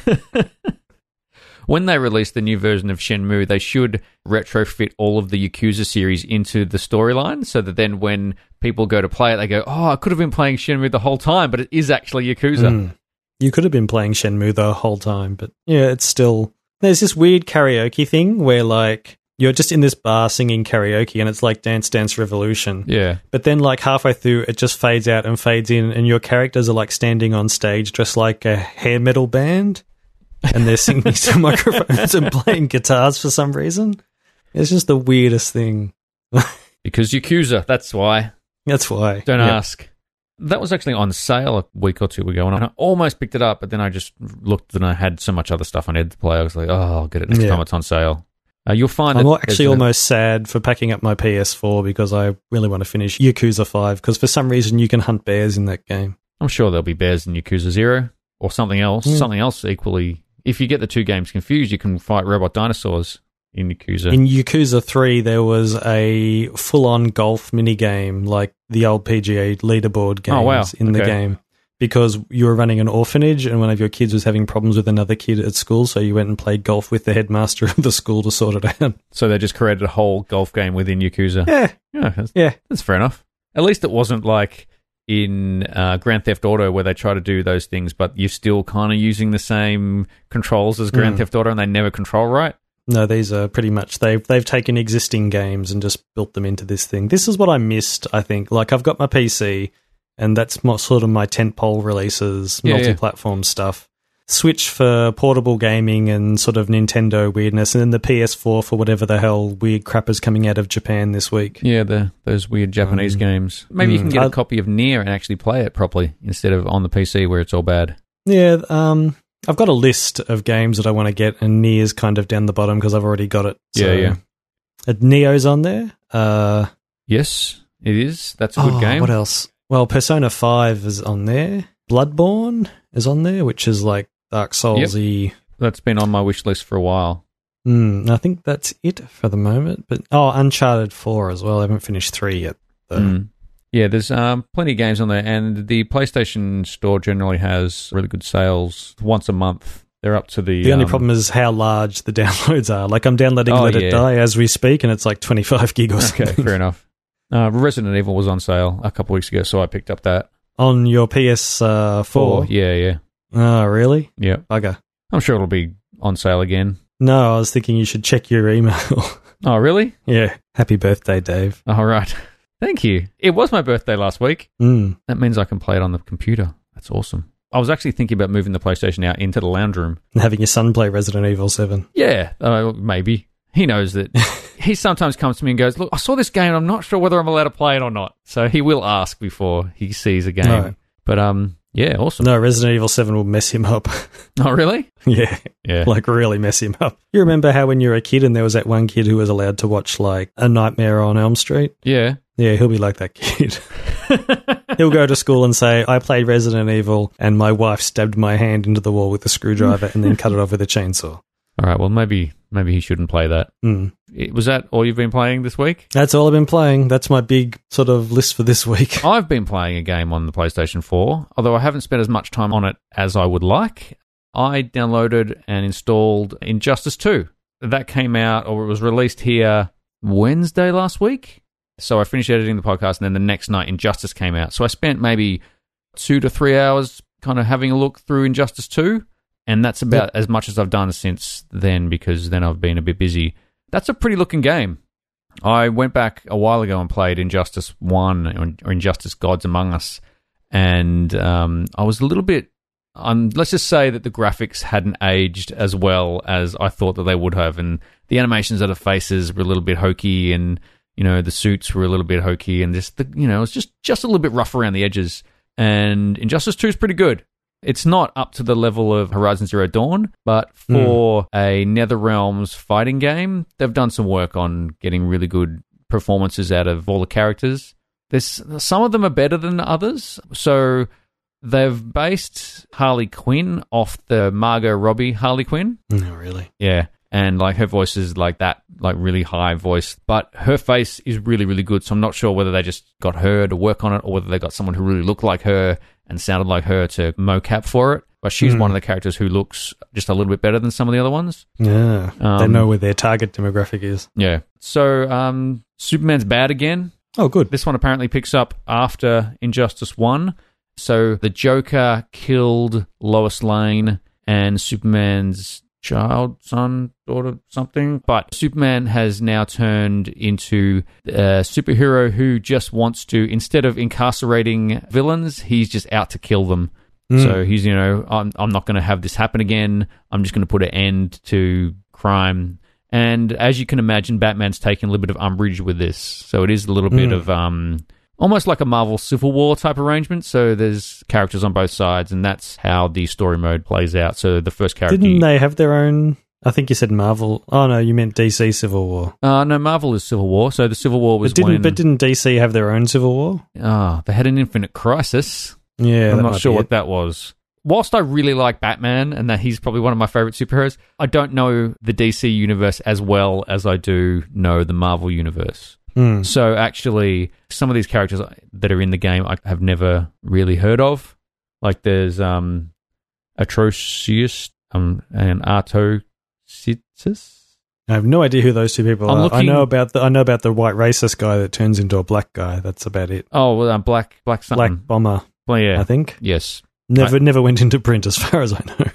A: when they release the new version of Shenmue, they should retrofit all of the Yakuza series into the storyline so that then when people go to play it, they go, oh, I could have been playing Shenmue the whole time, but it is actually Yakuza.
B: Mm. You could have been playing Shenmue the whole time, but yeah, it's still. There's this weird karaoke thing where like you're just in this bar singing karaoke and it's like Dance Dance Revolution.
A: Yeah.
B: But then like halfway through it just fades out and fades in and your characters are like standing on stage dressed like a hair metal band and they're singing to microphones and playing guitars for some reason. It's just the weirdest thing.
A: Because Yakuza, that's why.
B: That's why.
A: Don't
B: Yeah.
A: ask. That was actually on sale a week or two ago, and I almost picked it up, but then I just looked and I had so much other stuff I needed to play. I was like, oh, I'll get it next
B: Yeah.
A: time it's on sale. Uh, you'll find
B: I'm
A: that
B: al- actually
A: there's an-
B: almost sad for packing up my PS4 because I really want to finish Yakuza 5 because for some reason you can hunt bears in that game.
A: I'm sure there'll be bears in Yakuza Zero or something else.
B: Yeah.
A: Something else equally. If you get the two games confused, you can fight robot dinosaurs in Yakuza.
B: In Yakuza 3, there was a full on golf minigame like the old PGA leaderboard games
A: Oh, wow.
B: in the
A: Okay.
B: game because you were running an orphanage and one of your kids was having problems with another kid at school, so you went and played golf with the headmaster of the school to sort it out.
A: so they just created a whole golf game within Yakuza.
B: yeah,
A: Yeah, that's,
B: yeah.
A: that's fair enough. At least it wasn't like in uh, Grand Theft Auto where they try to do those things, but you're still kind of using the same controls as Grand
B: Mm.
A: Theft Auto, and they never control right.
B: No, these are pretty much they've they've taken existing games and just built them into this thing. This is what I missed, I think. Like I've got my PC, and that's mo- sort of my tentpole releases,
A: Yeah, yeah.
B: multi-platform stuff. Switch for portable gaming and sort of Nintendo weirdness, and then the PS4 for whatever the hell weird crap is coming out of Japan this week.
A: Yeah, the those weird Japanese
B: Um,
A: games. Maybe you
B: mm.
A: can get a
B: I-
A: copy of Nier and actually play it properly instead of on the PC where it's all bad.
B: Yeah, um, I've got a list of games that I want to get, and Neo's kind of down the bottom because I've already got it.
A: Yeah, yeah.
B: Uh, Neo's on there. Uh,
A: Yes, it is. That's a good
B: Oh,
A: game.
B: What else? Well, Persona Five is on there. Bloodborne is on there, which is like Dark Soulsy.
A: That's been on my wish list for a while.
B: Hmm, I think that's it for the moment. But oh, Uncharted Four as well. I haven't finished three yet. Though.
A: Mm. Yeah, there's um, plenty of games on there, and the PlayStation Store generally has really good sales once a month. They're up to the.
B: The only
A: um,
B: problem is how large the downloads are. Like I'm downloading
A: Oh,
B: Let
A: yeah.
B: It Die as we speak, and it's like 25 gig or
A: Okay,
B: something
A: fair enough. Uh, Resident Evil was on sale a couple weeks ago, so I picked up that.
B: on your PS4. Uh, four.
A: Yeah, yeah,
B: Oh, really?
A: yeah.
B: Bugger.
A: I'm sure it'll be on sale again.
B: No, I was thinking you should check your email.
A: Oh, really?
B: yeah. Happy birthday, Dave.
A: All right. Thank you. It was my birthday last week.
B: Mm.
A: That means I can play it on the computer. That's awesome. I was actually thinking about moving the PlayStation out into the lounge room.
B: And having your son play Resident Evil 7.
A: Yeah, uh, maybe. He knows that. he sometimes comes to me and goes, Look, I saw this game and I'm not sure whether I'm allowed to play it or not. So he will ask before he sees a game.
B: Right.
A: But um, yeah, awesome.
B: No, Resident Evil 7 will mess him up.
A: Oh, really?
B: yeah,
A: Yeah.
B: like really mess him up. You remember how when you were a kid and there was that one kid who was allowed to watch like A Nightmare on Elm Street?
A: yeah.
B: Yeah, he'll be like that kid. he'll go to school and say, I played Resident Evil and my wife stabbed my hand into the wall with a screwdriver and then cut it off with a chainsaw.
A: All right. Well, maybe maybe he shouldn't play that.
B: Mm.
A: It- Was that all you've been playing this week?
B: That's all I've been playing. That's my big sort of list for this week.
A: I've been playing a game on the PlayStation 4, although I haven't spent as much time on it as I would like. I downloaded and installed Injustice 2. That came out, or it was released here Wednesday last week. So I finished editing the podcast, and then the next night, Injustice came out. So I spent maybe two to three hours kind of having a look through Injustice 2, and that's about as much as I've done since then because then I've been a bit busy. That's a pretty looking game. I went back a while ago and played Injustice 1 or- or Injustice Gods Among Us, and um, I was a little bit Um, let's just say that the graphics hadn't aged as well as I thought that they would have, and the animations of the faces were a little bit hokey, and you know the suits were a little bit hokey, and just the, you know it's just just a little bit rough around the edges. And Injustice Two is pretty good. It's not up to the level of Horizon Zero Dawn, but for a NetherRealms fighting game, they've done some work on getting really good performances out of all the characters. There's some of them are better than others, so they've based Harley Quinn off the Margot Robbie Harley Quinn.
B: No, really.
A: Yeah. And like her voice is like that, like really high voice, but her face is really, really good. So I'm not sure whether they just got her to work on it or whether they got someone who really looked like her and sounded like her to mocap for it. But she's
B: Hmm.
A: one of the characters who looks just a little bit better than some of the other ones.
B: Yeah. they
A: Um,
B: know where their target demographic is.
A: Yeah. So um, Superman's bad again.
B: Oh, good.
A: This one apparently picks up after Injustice 1. So the Joker killed Lois Lane and Superman's child, son, daughter, something. But Superman has now turned into a superhero who just wants to, instead of incarcerating villains, he's just out to kill them.
B: Mm.
A: So he's, you know, I'm, I'm not going to have this happen again. I'm just going to put an end to crime. And as you can imagine, Batman's taking a little bit of umbrage with this. So it is a little bit
B: Mm.
A: of um, almost like a Marvel Civil War type arrangement. So there's characters on both sides, and that's how the story mode plays out. So the first character.
B: Didn't they have their own? I think you said Marvel. Oh no, you meant DC Civil War.
A: uh, no, Marvel is Civil War. So the Civil War was
B: But didn't
A: when
B: but didn't DC have their own Civil War?
A: Ah, they had an Infinite Crisis.
B: Yeah, that
A: I'm
B: might
A: not sure
B: be
A: what
B: it.
A: that was. Whilst I really like Batman and that he's probably one of my favorite superheroes, I don't know the DC universe as well as I do know the Marvel universe.
B: Mm.
A: So actually, some of these characters that are in the game I have never really heard of. Like there's um, Atrocious um, and Artocitus.
B: I have no idea who those two people
A: I'm
B: are. I
A: looking-
B: know about the I know about the white racist guy that turns into a black guy. That's about it.
A: Oh, well, uh, Black Black
B: Black
A: something.
B: bomber,
A: Well, yeah,
B: I think.
A: yes.
B: Never never went into print as far as I know.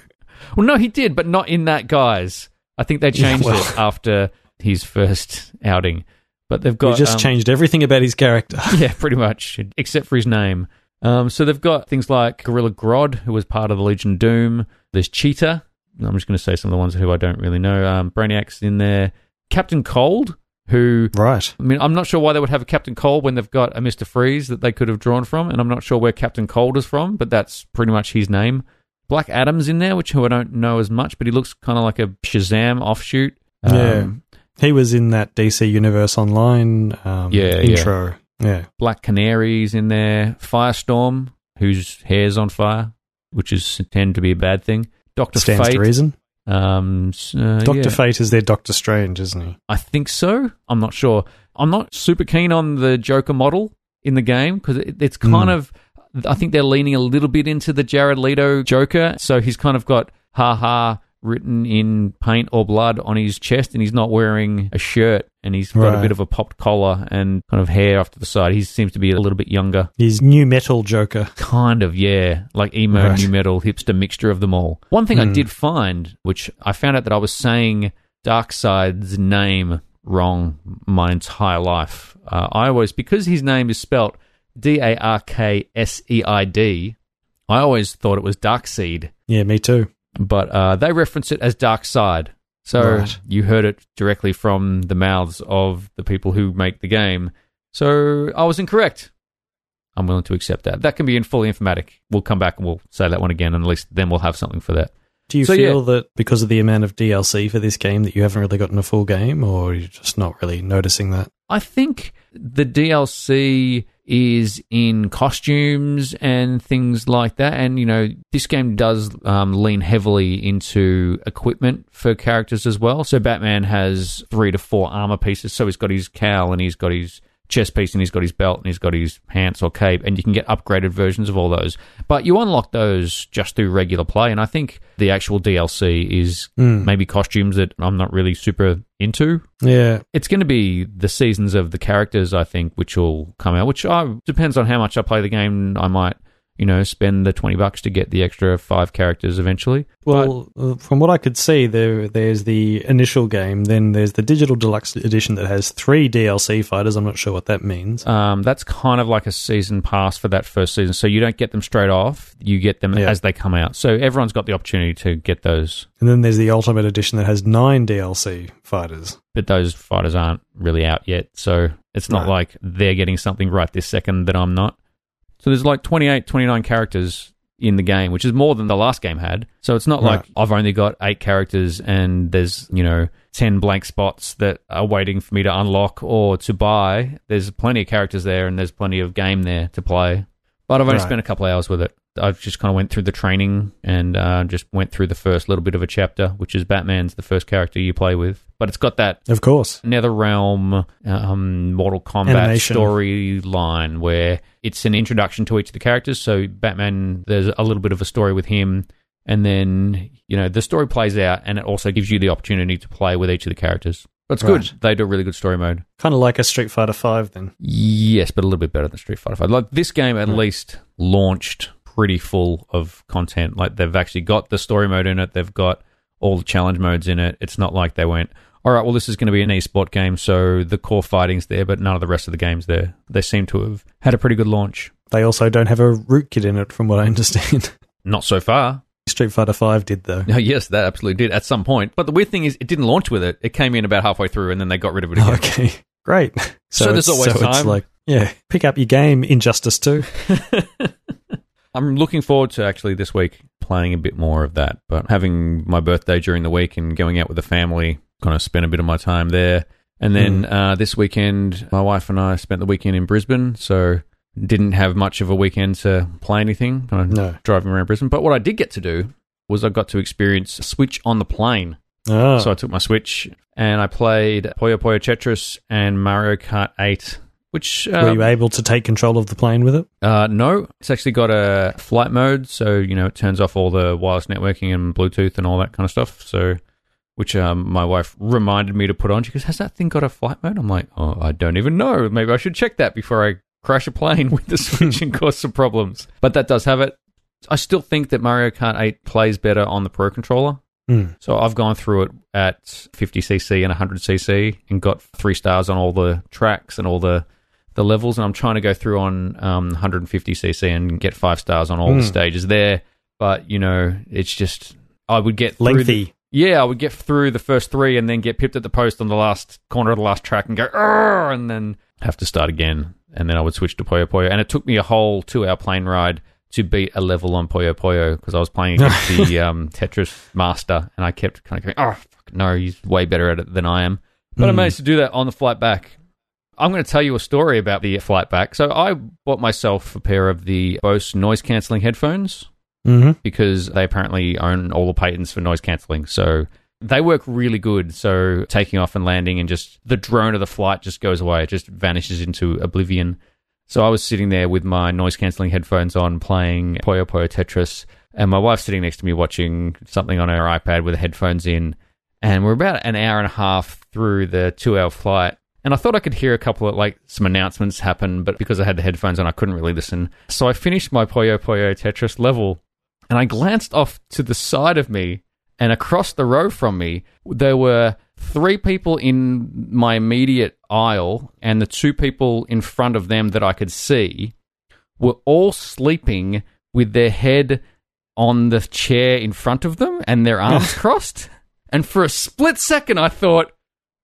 A: Well, no, he did, but not in that guise. I think they
B: Yeah,
A: changed
B: well-
A: it after his first outing. But they've got
B: we just
A: um,
B: changed everything about his character.
A: yeah, pretty much, except for his name. Um, so they've got things like Gorilla Grodd, who was part of the Legion of Doom. There's Cheetah. I'm just going to say some of the ones who I don't really know. Um, Brainiac's in there. Captain Cold, who
B: right.
A: I mean, I'm not sure why they would have a Captain Cold when they've got a Mister Freeze that they could have drawn from, and I'm not sure where Captain Cold is from, but that's pretty much his name. Black Adam's in there, which who I don't know as much, but he looks kind of like a Shazam offshoot. Um,
B: Yeah. He was in that DC Universe Online um,
A: Yeah, yeah.
B: intro. Yeah.
A: Black Canaries in there, Firestorm, whose hair's on fire, which is tend to be a bad thing. Doctor
B: Stands to
A: Fate,
B: reason.
A: um, s- uh, yeah,
B: Doctor Fate is their Doctor Strange, isn't he?
A: I think so. I'm not sure. I'm not super keen on the Joker model in the game because it, it's kind
B: Mm.
A: of. I think they're leaning a little bit into the Jared Leto Joker, so he's kind of got ha ha written in paint or blood on his chest, and he's not wearing a shirt, and he's got a
B: Right.
A: bit of a popped collar and kind of hair off to the side. He seems to be a little bit younger.
B: He's new metal Joker.
A: Kind of, yeah. Like emo,
B: Right.
A: new metal, hipster mixture of them all. One thing I
B: Hmm.
A: did find, which I found out that I was saying Darkseid's name wrong my entire life. Uh, I always, because his name is spelt D A R K S E I D, I always thought it was Darkseid,
B: Yeah, me too.
A: but uh, they reference it as Darkseid. So
B: Right.
A: you heard it directly from the mouths of the people who make the game. So I was incorrect. I'm willing to accept that. That can be in fully informatic. We'll come back and we'll say that one again, and at least then we'll have something for that.
B: Do you
A: So,
B: feel that because of the amount of DLC for this game that you haven't really gotten a full game, or you're just not really noticing that?
A: I think the DLC is in costumes and things like that. And, you know, this game does um, lean heavily into equipment for characters as well. So Batman has three to four armor pieces. So he's got his cowl and he's got his chest piece and he's got his belt and he's got his pants or cape. And you can get upgraded versions of all those. But you unlock those just through regular play. And I think the actual DLC is
B: Mm.
A: maybe costumes that I'm not really super into
B: Yeah.
A: it's going to be the uh, seasons of the characters, I think, which will come out. Which I, depends on how much I play the game. I might you know, spend the 20 bucks to get the extra five characters eventually.
B: Well, uh, from what I could see, there there's the initial game, then there's the digital deluxe edition that has three DLC fighters. I'm not sure what that means.
A: Um, that's kind of like a season pass for that first season. So you don't get them straight off, you get them
B: Yeah.
A: as they come out. So everyone's got the opportunity to get those,
B: And then there's the ultimate edition that has nine DLC fighters.
A: but those fighters aren't really out yet. So it's not
B: No.
A: like they're getting something right this second that I'm not. So there's like 28, 29 characters in the game, which is more than the last game had. So it's not like
B: Right.
A: I've only got eight characters and there's, you know, 10 blank spots that are waiting for me to unlock or to buy. There's plenty of characters there and there's plenty of game there to play. But I've only
B: Right.
A: spent a couple of hours with it. I've just kind of went through the training and uh, just went through the first little bit of a chapter, which is Batman's the first character you play with. But it's got that
B: Of course.
A: NetherRealm um, Mortal Kombat
B: Animation.
A: storyline where it's an introduction to each of the characters. So Batman, there's a little bit of a story with him, and then you know the story plays out, and it also gives you the opportunity to play with each of the characters. That's
B: Right.
A: good. They do a really good story mode.
B: Kind of like a Street Fighter Five then.
A: Yes, but a little bit better than Street Fighter Five. Like this game, at least launched pretty full of content. Like they've actually got the story mode in it. They've got all the challenge modes in it. It's not like they went, all right, well, this is going to be an esport game, so the core fighting's there, but none of the rest of the games there. They seem to have had a pretty good launch.
B: They also don't have a rootkit in it, from what I understand.
A: Not so far.
B: Street Fighter Five did though.
A: No, yes, that absolutely did at some point. But the weird thing is, it didn't launch with it. It came in about halfway through, and then they got rid of it again.
B: Okay, great.
A: So there's
B: it's-
A: always
B: so It's
A: time.
B: like, yeah, pick up your game, Injustice Two.
A: I'm looking forward to actually this week playing a bit more of that, but having my birthday during the week and going out with the family, kind of spent a bit of my time there. And then
B: Hmm.
A: uh, this weekend, my wife and I spent the weekend in Brisbane, so didn't have much of a weekend to play anything, kind of
B: No.
A: driving around Brisbane. But what I did get to do was I got to experience Switch on the plane.
B: Oh,
A: So I took my Switch and I played Puyo Puyo Tetris and Mario Kart 8, which uh,
B: were you able to take control of the plane with it?
A: uh, no, it's actually got a flight mode, so you know it turns off all the wireless networking and Bluetooth and all that kind of stuff. So, which um, my wife reminded me to put on. She goes, "Has that thing got a flight mode?" I'm like, "Oh, I don't even know. Maybe I should check that before I crash a plane with the Switch and cause some problems." But that does have it. I still think that Mario Kart 8 plays better on the Pro controller.
B: Hmm.
A: So I've gone through it at 50cc and 100cc and got three stars on all the tracks and all the, the levels. And I'm trying to go through on um, 150cc and get five stars on all the
B: Hmm.
A: stages there. But, you know, it's just, I would get through the-
B: Lengthy.
A: yeah, I would get through the first three and then get pipped at the post on the last corner of the last track and go, "Arr!" and then have to start again. And then I would switch to Puyo Puyo. And it took me a whole two hour plane ride to beat a level on Puyo Puyo because I was playing against the um, Tetris master and I kept kind of going, oh, fuck, no, he's way better at it than I am. But I
B: Hmm.
A: managed to do that on the flight back. I'm going to tell you a story about the flight back. So I bought myself a pair of the Bose noise cancelling headphones
B: hmm
A: because they apparently own all the patents for noise cancelling. So they work really good. So taking off and landing, and just the drone of the flight just goes away, it just vanishes into oblivion. So I was sitting there with my noise cancelling headphones on, playing Puyo Puyo Tetris, and my wife's sitting next to me watching something on her iPad with the headphones in. And we're about an hour and a half through the two hour flight. And I thought I could hear a couple of like some announcements happen, but because I had the headphones on, I couldn't really listen. So I finished my Puyo Puyo Tetris level and I glanced off to the side of me, and across the row from me, there were three people in my immediate aisle, and the two people in front of them that I could see were all sleeping with their head on the chair in front of them and their arms crossed. And for a split second, I thought,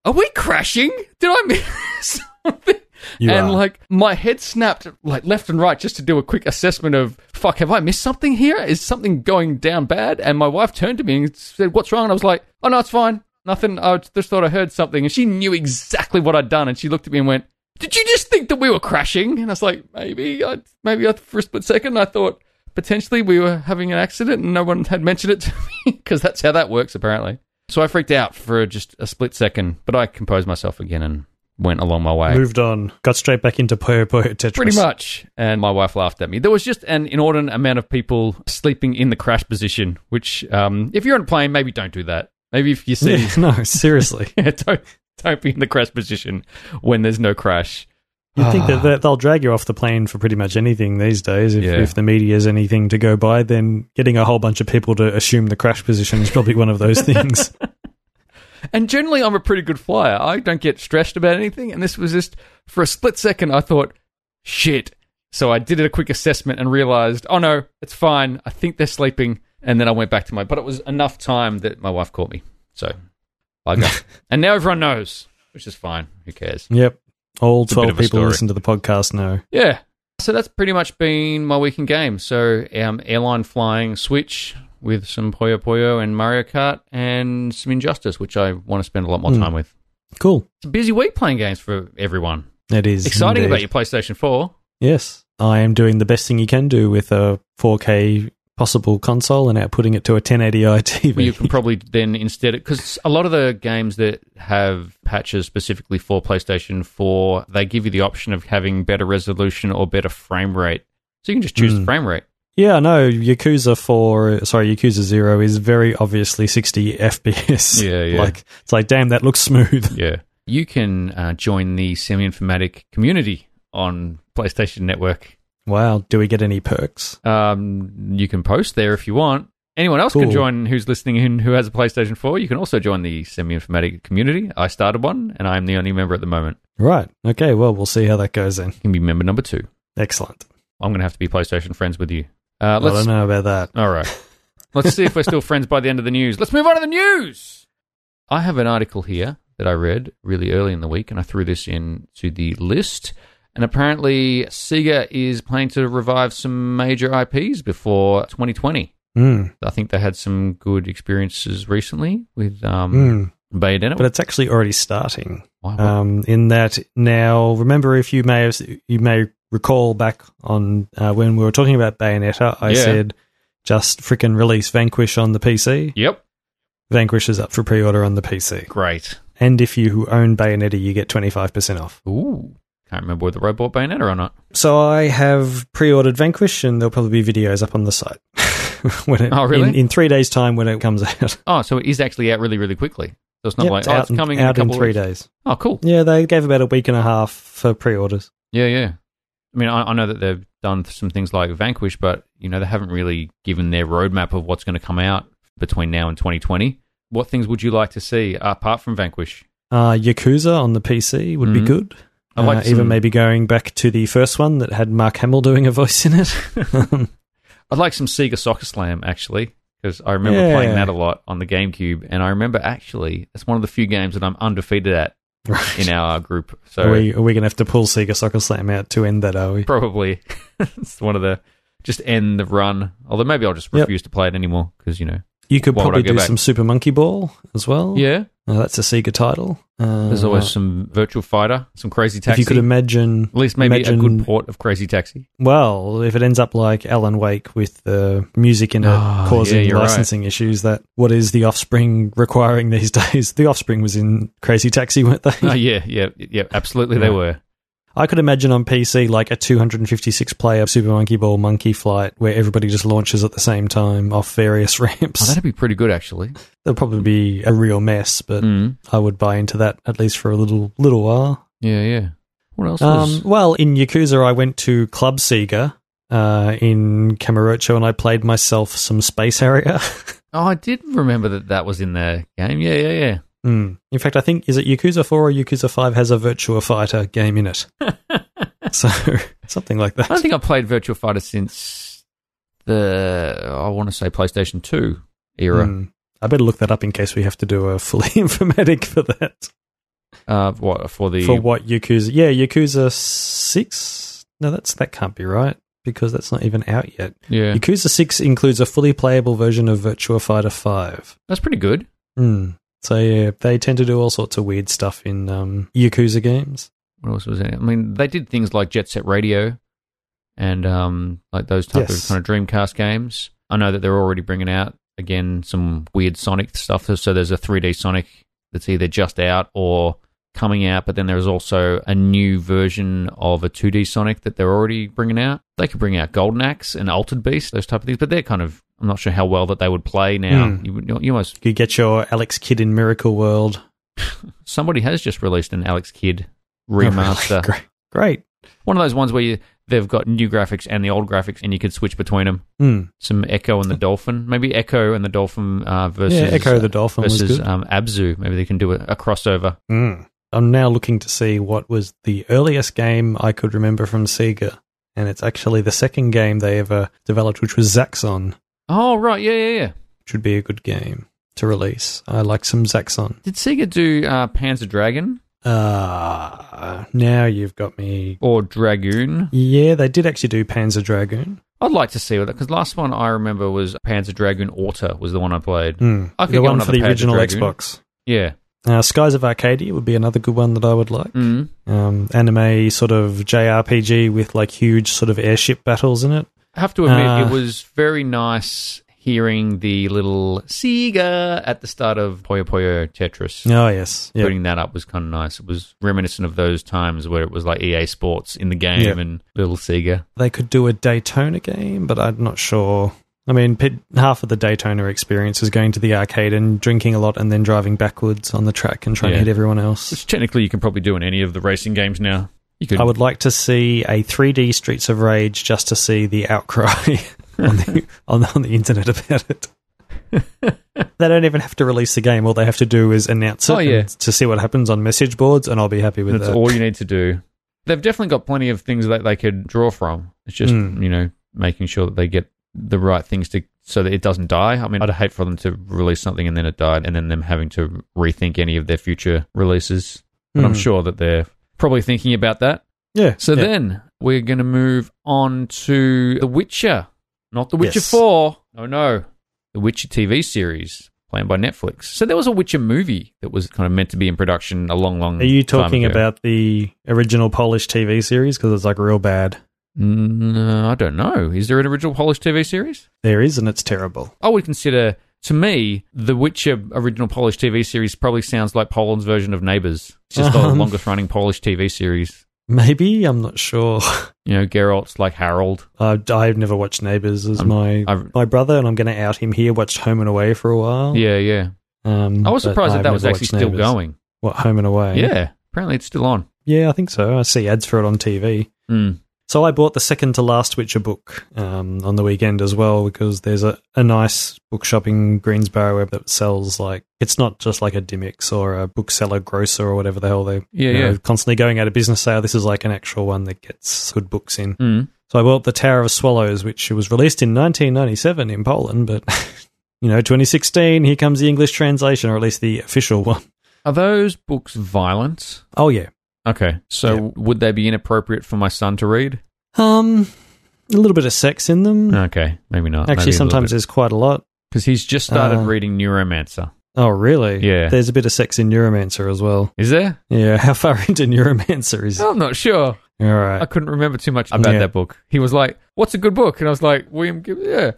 A: are we crashing? Did I miss something?
B: You
A: and
B: are.
A: like my head snapped like left and right just to do a quick assessment of fuck, have I missed something here? Is something going down bad? And my wife turned to me and said, What's wrong? And I was like, Oh no, it's fine. Nothing. I just thought I heard something. And she knew exactly what I'd done and she looked at me and went, Did you just think that we were crashing? And I was like, Maybe I maybe I, for a split second I thought potentially we were having an accident and no one had mentioned it to me because that's how that works apparently. So I freaked out for just a split second, but I composed myself again and went along my way.
B: Moved on. Got straight back into Puyo Puyo Tetris.
A: Pretty much. And my wife laughed at me. There was just an inordinate amount of people sleeping in the crash position, which, um, if you're on a plane, maybe don't do that. Maybe if you see,
B: Yeah, no, seriously.
A: don't, don't be in the crash position when there's no crash.
B: You'd think that that they'll drag you off the plane for pretty much anything these days. If,
A: Ah. Yeah.
B: if the media is anything to go by, then getting a whole bunch of people to assume the crash position is probably one of those things.
A: And generally, I'm a pretty good flyer. I don't get stressed about anything. And this was just for a split second, I thought, shit. So I did a quick assessment and realized, oh no, it's fine. I think they're sleeping. And then I went back to my, but it was enough time that my wife caught me. So I go. and now everyone knows, which is fine. Who cares?
B: Yep. All
C: a bit
B: 12
C: of a
B: people who
C: story.
B: listen to the podcast know.
A: Yeah. So that's pretty much been my weekend game. So um, airline flying Switch with some Puyo Puyo and Mario Kart and some Injustice, which I want to spend a lot more
B: Hmm.
A: time with.
B: Cool.
A: It's a busy week playing games for everyone.
B: It is.
A: Exciting
B: indeed.
A: about your PlayStation 4.
B: Yes. I am doing the best thing you can do with a 4K possible console and outputting it to a 1080i TV.
A: You can probably then instead, because a lot of the games that have patches specifically for PlayStation 4, they give you the option of having better resolution or better frame rate. So you can just choose the
B: Mm.
A: frame rate.
B: Yeah, no, Yakuza 4, sorry, Yakuza 0 is very obviously 60 FPS.
A: Yeah, yeah.
B: Like, it's like, damn, that looks smooth.
A: Yeah. You can uh, join the semi informatic community on PlayStation Network.
B: Wow, do we get any perks?
A: Um, you can post there if you want. Anyone else can
B: Cool.
A: join who's listening and who has a PlayStation 4. You can also join the semi informatic community. I started one and I'm the only member at the moment.
B: Right. Okay, well, we'll see how that goes then.
A: You can be member number two.
B: Excellent.
A: I'm going to have to be PlayStation friends with you. Uh,
B: I
A: let's,
B: don't know about that.
A: all right. Let's see if we're still friends by the end of the news. Let's move on to the news. I have an article here that I read really early in the week, and I threw this in to the list. And apparently, Sega is planning to revive some major IPs before 2020.
B: Mm,
A: I think they had some good experiences recently with um,
B: mm.
A: Bayonetta.
B: But it's actually already starting.
A: Why- why-
B: um, in that now remember if you may have, you may recall back on uh, when we were talking about Bayonetta, I
A: Yeah.
B: said just frickin' release Vanquish on the PC.
A: yep,
B: Vanquish is up for pre-order on the PC,
A: great.
B: and if you own Bayonetta, you get twenty five percent off.
A: Ooh, can't remember whether I bought Bayonetta or not.
B: So I have pre-ordered Vanquish, and there'll probably be videos up on the site when it,
A: Oh, really?
B: in, in three days' time when it comes out.
A: Oh, so it is actually out really, really quickly. So it's not
B: Yep,
A: like,
B: it's
A: oh,
B: out
A: it's
B: in-
A: coming in a
B: out in
A: couple of
B: three
A: weeks.
B: days.
A: Oh, cool.
B: Yeah, they gave about a week and a half for pre-orders.
A: Yeah, yeah. I mean, I, I know that they've done some things like Vanquish, but you know they haven't really given their roadmap of what's going to come out between now and 2020. What things would you like to see apart from Vanquish?
B: Uh, Yakuza on the PC would
A: Mhm.
B: be good.
A: I like
B: Uh,
A: some-
B: even maybe going back to the first one that had Mark Hamill doing a voice in it.
A: I'd like some Sega Soccer Slam actually, because I remember
B: Yeah.
A: playing that a lot on the GameCube, and I remember actually it's one of the few games that I'm undefeated at
B: right.
A: in our group. So
B: are we are we gonna have to pull Sega Soccer Slam out to end that? Are we?
A: probably it's one of the just end the run. Although maybe I'll just
B: Yep.
A: refuse to play it anymore because you know.
B: You could
A: Why would I
B: probably
A: go
B: do
A: back?
B: some Super Monkey Ball as well.
A: Yeah,
B: Uh, that's a Sega title. Uh,
A: there's always some Virtual Fighter, some Crazy
B: if
A: Taxi.
B: you could imagine.
A: At least maybe a
B: Imagine-
A: good port of Crazy Taxi.
B: Well, if it ends up like Alan Wake with the music in it
A: Oh, yeah,
B: causing
A: you're right.
B: licensing issues, that what is the Offspring requiring these days? The Offspring was in Crazy Taxi, weren't they?
A: oh yeah, yeah, yeah. Absolutely, they
B: Yeah.
A: were.
B: I could imagine on PC like a 256 player Super Monkey Ball Monkey Flight where everybody just launches at the same time off various
A: Oh,
B: ramps.
A: that'd be pretty good, actually.
B: That'd probably be a real mess, but
A: Mm.
B: I would buy into that at least for a little little while.
A: Yeah, yeah. What else?
B: Um,
A: was-
B: well, in Yakuza, I went to Club Sega uh, in Kamurocho and I played myself some Space Area.
A: oh, I did remember that that was in the game. Yeah, yeah, yeah.
B: Hmm. In fact, I think is it Yakuza 4 or Yakuza 5 has a Virtua Fighter game in it. so something like
A: I don't
B: that.
A: think I've played Virtual Fighter since the I want to say PlayStation Two era.
B: Hmm. I better look that up in case we have to do a fully informatic for that.
A: Uh, what for the
B: For what Yakuza? Yeah, Yakuza six. No, that's that can't be right because that's not even out yet.
A: yeah?
B: Yakuza six includes a fully playable version of Virtua Fighter five.
A: That's pretty good.
B: Hmm. So yeah, they tend to do all sorts of weird stuff in um, Yakuza games.
A: What else was in it? I mean, they did things like Jet Set Radio and um, like those type
B: Yes.
A: of kind of Dreamcast games. I know that they're already bringing out again some weird Sonic stuff. So there's a 3D Sonic that's either just out or coming out, but then there's also a new version of a 2D Sonic that they're already bringing out. They could bring out Golden Axe and Altered Beast, those type of things, but they're kind of I'm not sure how well that they would play now.
B: Hmm.
A: You, would- you almost
B: You get your Alex Kidd in Miracle World
A: somebody has just released an Alex Kidd
B: Oh, really?
A: remaster.
B: Great, Great.
A: One of those ones where you, they've got new graphics and the old graphics, and you could switch between them.
B: Mm.
A: Some Echo and the Dolphin, maybe Echo and the Dolphin uh, versus
B: yeah, Echo the Dolphin was
A: versus
B: good.
A: um, Abzu. Maybe they can do a, a crossover.
B: Mm. I'm now looking to see what was the earliest game I could remember from Sega, and it's actually the second game they ever developed, which was Zaxxon,
A: Oh right, yeah, yeah, yeah.
B: which would be a good game to release. I like some Zaxxon.
A: Did Sega do uh, Panzer Dragon
B: Ah, now you've got me.
A: or Dragoon?
B: Yeah, they did actually do Panzer Dragoon.
A: I'd like to see what that because last one I remember was Panzer Dragoon Auto was the one I played.
B: Mm.
A: I could
B: the
A: go
B: one for
A: another
B: the
A: Panzer
B: original
A: Dragoon.
B: Xbox.
A: Yeah.
B: Uh, Skies of Arcadia would be another good one that I would like.
A: Mm.
B: Um, anime sort of JRPG with like huge sort of airship battles in it.
A: I have to admit,
B: Uh.
A: it was very nice hearing the little Sega at the start of Puyo Puyo Tetris.
B: Oh yes, yeah.
A: Putting that up was kind of nice. It was reminiscent of those times where it was like EA Sports in the game
B: Yeah.
A: and little Sega.
B: They could do a Daytona game, but I'm not sure. I mean, pit- half of the Daytona experience is going to the arcade and drinking a lot, and then driving backwards on the track and trying
A: Yeah.
B: to hit everyone else.
A: Which technically you can probably do in any of the racing games now. You could.
B: I would like to see a 3D Streets of Rage just to see the outcry on the on, the- on the internet about it. they don't even have to release the game. All they have to do is announce it
A: Oh, yeah.
B: and to see what happens on message boards, and I'll be happy with
A: that's
B: that.
A: all you need to do. They've definitely got plenty of things that they could draw from. It's just
B: Mm.
A: you know making sure that they get the right things to so that it doesn't die. I mean, I'd hate for them to release something and then it died, and then them having to rethink any of their future releases. But I'm
B: Mm.
A: sure that they're probably thinking about that.
B: Yeah.
A: hmm. So
B: yeah.
A: then we're going to move on to The Witcher, not The Witcher
B: Yes.
A: Four. Oh no, The Witcher TV series. Planned by Netflix, so there was a Witcher movie that was kind of meant to be in production a long, long.
B: Are you
A: time
B: talking
A: ago.
B: about the original Polish TV series? Because it's like real bad.
A: No, uh, I don't know. Is there an original Polish TV series?
B: There is, and it's terrible.
A: I would consider, to me, the Witcher original Polish TV series probably sounds like Poland's version of Neighbours. It's just the
B: Um.
A: longest running Polish TV series.
B: Maybe I'm not sure.
A: You know, Geralt's like Harold.
B: I, I've never watched Neighbours as
A: Um,
B: my
A: I've-
B: my brother, and I'm going to out him here. Watched Home and Away for a while.
A: Yeah, yeah.
B: Um,
A: I was
B: Oh. but
A: surprised that
B: I've
A: that was
B: never
A: actually
B: watched
A: still
B: Neighbours.
A: going.
B: What Home and Away?
A: Yeah, apparently it's still on.
B: yeah, I think so. I see ads for it on TV.
A: Mm.
B: So I bought the second to last Witcher book um, on the weekend as well because there's a, a nice bookshop in Greensboro where that sells like it's not just like a Dimmicks or a bookseller grocer or whatever the hell they
A: Yeah,
B: you know,
A: yeah.
B: constantly going out of business sale. This is like an actual one that gets good books in.
A: Mm.
B: So I bought The Tower of Swallows, which was released in 1997 in Poland, but you know, 2016, here comes the English translation, or at least the official one.
A: Are those books violent?
B: Oh yeah,
A: Okay, so would they be inappropriate for my son to read?
B: um, a little bit of sex in them.
A: Okay, maybe not.
B: Hmm. Actually, sometimes there's quite a lot.
A: because he's just started
B: Uh,
A: reading Neuromancer.
B: Oh really?
A: Yeah.
B: There's a bit of sex in Neuromancer as well.
A: Is there?
B: Yeah. How far into Neuromancer is?
A: I'm not sure.
B: All
A: I
B: right.
A: couldn't remember too much about
B: Yeah.
A: that book. He was like, "What's a good book?" And I was like, "William, Gib- yeah,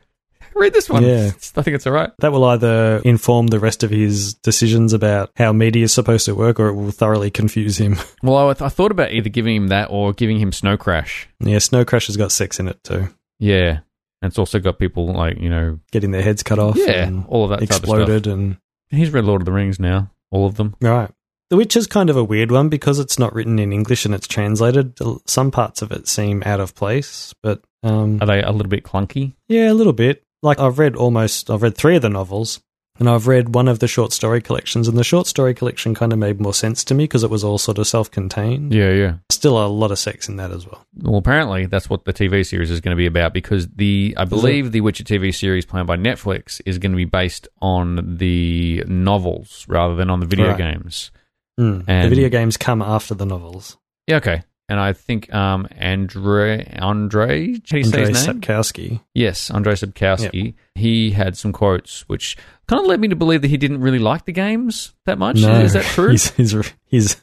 A: read this one.
B: Yeah.
A: I think it's all right."
B: That will either inform the rest of his decisions about how media is supposed to work, or it will thoroughly confuse him.
A: Well, I, I thought about either giving him that or giving him Snow Crash.
B: yeah, Snow Crash has got sex in it too,
A: Yeah, and it's also got people like you know,
B: getting their heads cut off.
A: yeah,
B: and
A: all of that Type of
B: exploded and
A: stuff. He's read Lord of the Rings now, all of them.
B: Right. The Witcher's kind of a weird one because it's not written in English and it's translated. Some parts of it seem out of place, but um,
A: Are they a little bit clunky?
B: yeah, a little bit. Like I've read almost, I've read three of the novels, and I've read one of the short story collections, and the short story collection kind of made more sense to me because it was all sort of self-contained.
A: Yeah, yeah.
B: Still a lot of sex in that as well.
A: Well, apparently that's what the TV series is going to be about because the I believe the Witcher TV series planned by Netflix is going to be based on the novels rather than on the video
B: Right.
A: games.
B: Mm. The
A: And-
B: video games come after the novels.
A: Yeah, okay. And I think um, Andre Andre, how do you say
B: Andrei
A: his name?
B: Sapkowski.
A: yes, Andre Sapkowski. He had some quotes which kind of led me to believe that he didn't really like the games that much. Is that true?
B: He's, he's he's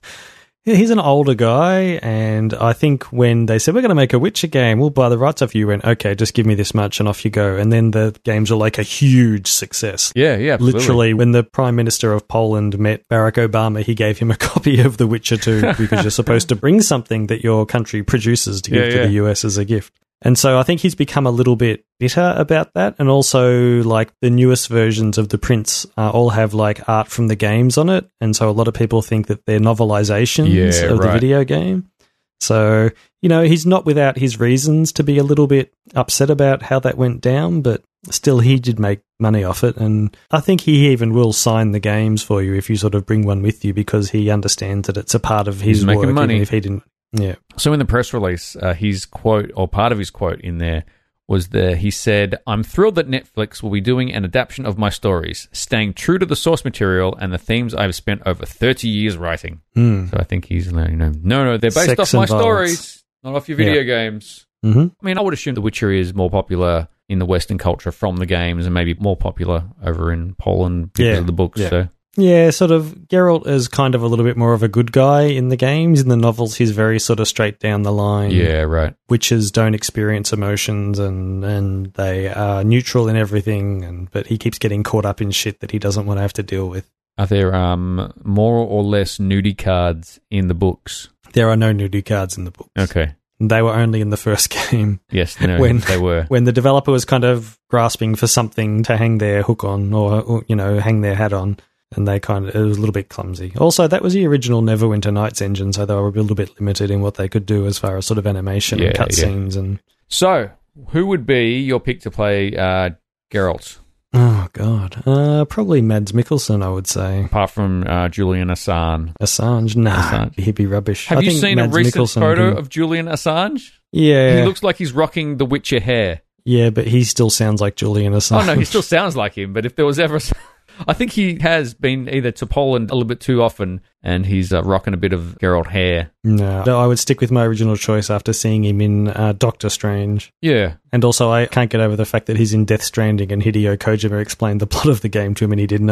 B: he's an older guy, and I think when they said we're going to make a Witcher game, we'll buy the rights off you. you Went okay, just give me this much, and off you go. And then the games are like a huge success.
A: yeah, yeah, absolutely.
B: Literally, when the Prime Minister of Poland met Barack Obama, he gave him a copy of The Witcher 2 because you're supposed to bring something that your country produces to give
A: Yeah,
B: to
A: yeah.
B: the US as a gift. And so I think he's become a little bit bitter about that. And also, like, the newest versions of The Prince uh, all have, like, art from the games on it. And so a lot of people think that they're novelizations
A: Yeah,
B: of the
A: right.
B: video game. So, you know, he's not without his reasons to be a little bit upset about how that went down, but still he did make money off it. And I think he even will sign the games for you if you sort of bring one with you because he understands that it's a part of his
A: He's making
B: work. even
A: money.
B: If he didn't, yeah.
A: So in the press release, uh, his quote or part of his quote in there was there he said, "I'm thrilled that Netflix will be doing an adaptation of my stories, staying true to the source material and the themes I've spent over 30 years writing."
B: Mm.
A: So I think he's you know, no, no, they're based
B: Sex
A: off my
B: and violence.
A: stories, not off your video games.
B: hmm
A: I mean, I would assume The Witcher is more popular in the Western culture from the games, and maybe more popular over in Poland because
B: Yeah.
A: of the books.
B: Yeah.
A: So
B: Yeah, sort of. Geralt is kind of a little bit more of a good guy in the games. In the novels, he's very sort of straight down the line.
A: yeah, right.
B: witches don't experience emotions and and they are neutral in everything and but he keeps getting caught up in shit that he doesn't want to have to deal with
A: Are there um, more or less nudie cards in the books?
B: there are no nudie cards in the book
A: Okay.
B: they were only in the first game
A: Yes, no,
B: When-
A: they were.
B: when the developer was kind of grasping for something to hang their hook on or, or, you know hang their hat on and they kind of it was a little bit clumsy also that was the original neverwinter nights engine so they were a little bit limited in what they could do as far as sort of animation and
A: Yeah, yeah.
B: cutscenes and
A: So, who would be your pick to play uh, Geralt,
B: oh god uh, probably mads mikkelsen i would say
A: apart from uh, Julian Assange?
B: Assange, nah,
A: Assange.
B: he'd be rubbish.
A: Have
B: I
A: you
B: think
A: seen a
B: Mads
A: recent
B: Mikkelsen
A: photo
B: can-
A: of Julian Assange?
B: Yeah,
A: He looks like he's rocking the Witcher hair.
B: yeah, but he still sounds like Julian Assange.
A: Oh no, he still sounds like him. But if there was ever, I think he has been either to Poland a little bit too often, and he's uh, rocking a bit of Geralt hair.
B: no. No, I would stick with my original choice after seeing him in uh, Doctor Strange.
A: Yeah,
B: And also, I can't get over the fact that he's in Death Stranding, and Hideo Kojima explained the plot of the game to him, and he didn't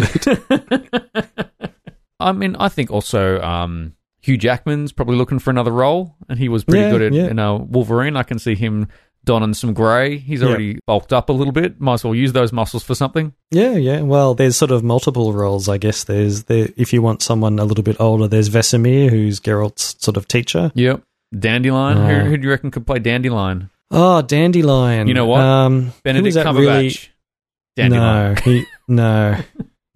B: it.
A: I mean, I think also um, Hugh Jackman's probably looking for another role, and he was pretty
B: Yeah,
A: good at
B: yeah.
A: you know Wolverine. I can see him donning some grey. He's
B: Yeah.
A: already bulked up a little bit. Might as well use those muscles for something.
B: yeah, yeah. Well, there's sort of multiple roles, I guess. There's there if you want someone a little bit older, there's Vesemir, who's Geralt's sort of teacher.
A: Yep. Dandelion.
B: Yeah.
A: Who, who do you reckon could play Dandelion?
B: Oh, Dandelion.
A: You know what?
B: Um, who was
A: Benedict
B: that
A: Cumberbatch.
B: really-
A: Dandelion.
B: No, he, no,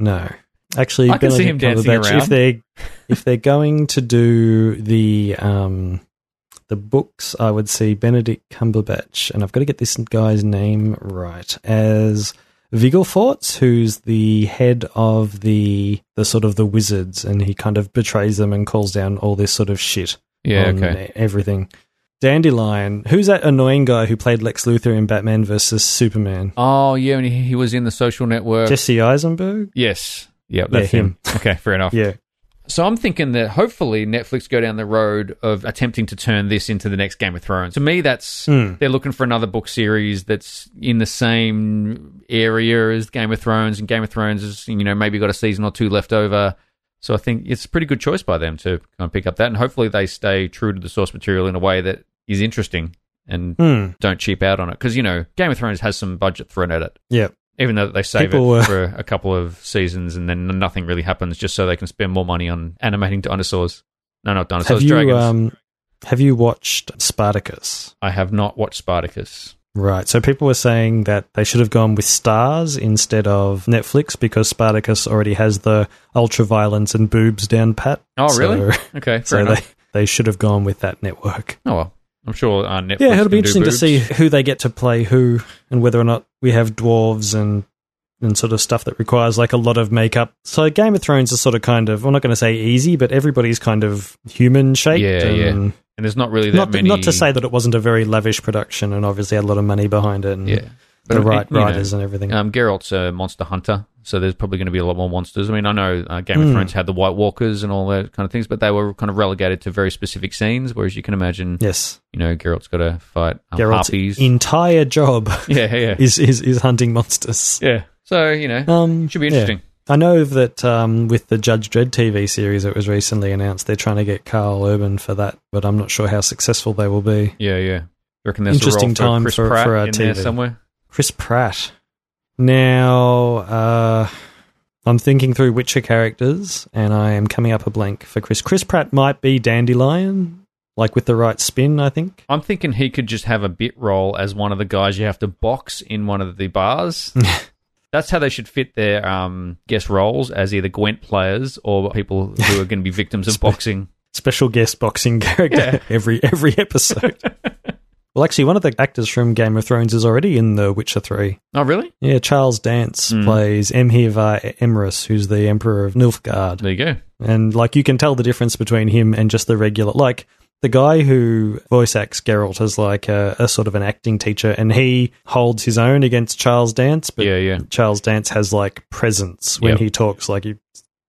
B: no. Actually,
A: I can see
B: Benedict
A: him dancing
B: Cumberbatch,
A: around.
B: If they if they're going to do the um the books, I would see Benedict Cumberbatch, and I've got to get this guy's name right as Viggo Forts, who's the head of the the sort of the wizards, and he kind of betrays them and calls down all this sort of shit
A: Yeah.
B: on
A: Okay.
B: everything. Dandelion, who's that annoying guy who played Lex Luthor in Batman versus Superman?
A: Oh yeah, and he, he was in the Social Network.
B: Jesse Eisenberg.
A: yes. Yep. That's him. Okay. Fair enough.
B: Yeah.
A: So I'm thinking that hopefully Netflix go down the road of attempting to turn this into the next Game of Thrones. To me, that's
B: Mm.
A: they're looking for another book series that's in the same area as Game of Thrones, and Game of Thrones is you know maybe got a season or two left over. So I think it's a pretty good choice by them to kind of pick up that, and hopefully they stay true to the source material in a way that is interesting and
B: Mm.
A: don't cheap out on it because you know Game of Thrones has some budget thrown at it
B: Yeah.
A: even though they save
B: People
A: it
B: were-
A: for a couple of seasons and then nothing really happens just so they can spend more money on animating dinosaurs. No, not
B: Have
A: dinosaurs,
B: you
A: dragons.
B: um, have you watched Spartacus?
A: I have not watched Spartacus.
B: Right. So people were saying that they should have gone with stars instead of Netflix because Spartacus already has the ultra violence and boobs down pat.
A: Oh,
B: So-
A: really? Okay, fair
B: So
A: enough.
B: they they should have gone with that network.
A: Oh, well. I'm sure uh, Netflix.
B: yeah, it'll be
A: can do
B: interesting to
A: boobs.
B: see who they get to play who and whether or not we have dwarves and and sort of stuff that requires like a lot of makeup. So Game of Thrones is sort of kind of I'm not going to say easy, but everybody's kind of human shaped.
A: Yeah, yeah.
B: and
A: And there's not really that
B: Not,
A: many.
B: not to say that it wasn't a very lavish production and obviously had a lot of money behind it and
A: Yeah. But,
B: the
A: uh,
B: right
A: you know,
B: writers and everything.
A: Um, Geralt's a monster hunter, so there's probably going to be a lot more monsters. I mean, I know uh, Game of
B: Hmm.
A: Thrones had the White Walkers and all that kind of things, but they were kind of relegated to very specific scenes. Whereas you can imagine,
B: yes.
A: you know, Geralt's got to fight um,
B: Geralt's
A: harpies.
B: entire job
A: yeah, yeah,
B: is, is is hunting monsters.
A: yeah. So you know,
B: Um,
A: Should be
B: yeah.
A: interesting.
B: I know that um, with the Judge Dredd TV series that was recently announced, they're trying to get Carl Urban for that, but I'm not sure how successful they will be.
A: Yeah, yeah. You reckon there's
B: Interesting
A: a role for
B: time
A: Chris
B: for-
A: Pratt
B: for our
A: in there
B: TV.
A: somewhere?
B: Chris Pratt. Now, uh, I'm thinking through Witcher characters, and I am coming up a blank for Chris. Chris Pratt might be Dandelion, like with the right spin, I think.
A: I'm thinking he could just have a bit role as one of the guys you have to box in one of the bars. That's how they should fit their um, guest roles as either Gwent players or people who are going to be victims of boxing.
B: special guest boxing character every every episode. well, actually, one of the actors from Game of Thrones is already in The Witcher Three.
A: Oh, really?
B: Yeah, Charles Dance
A: Mm.
B: plays Emhirvar Emrys, who's the Emperor of Nilfgaard.
A: There you go.
B: And like you can tell the difference between him and just the regular like the guy who voice acts Geralt is like a, a sort of an acting teacher and he holds his own against Charles Dance, but
A: yeah, yeah,
B: Charles Dance has like presence when
A: Yep.
B: he talks, like you're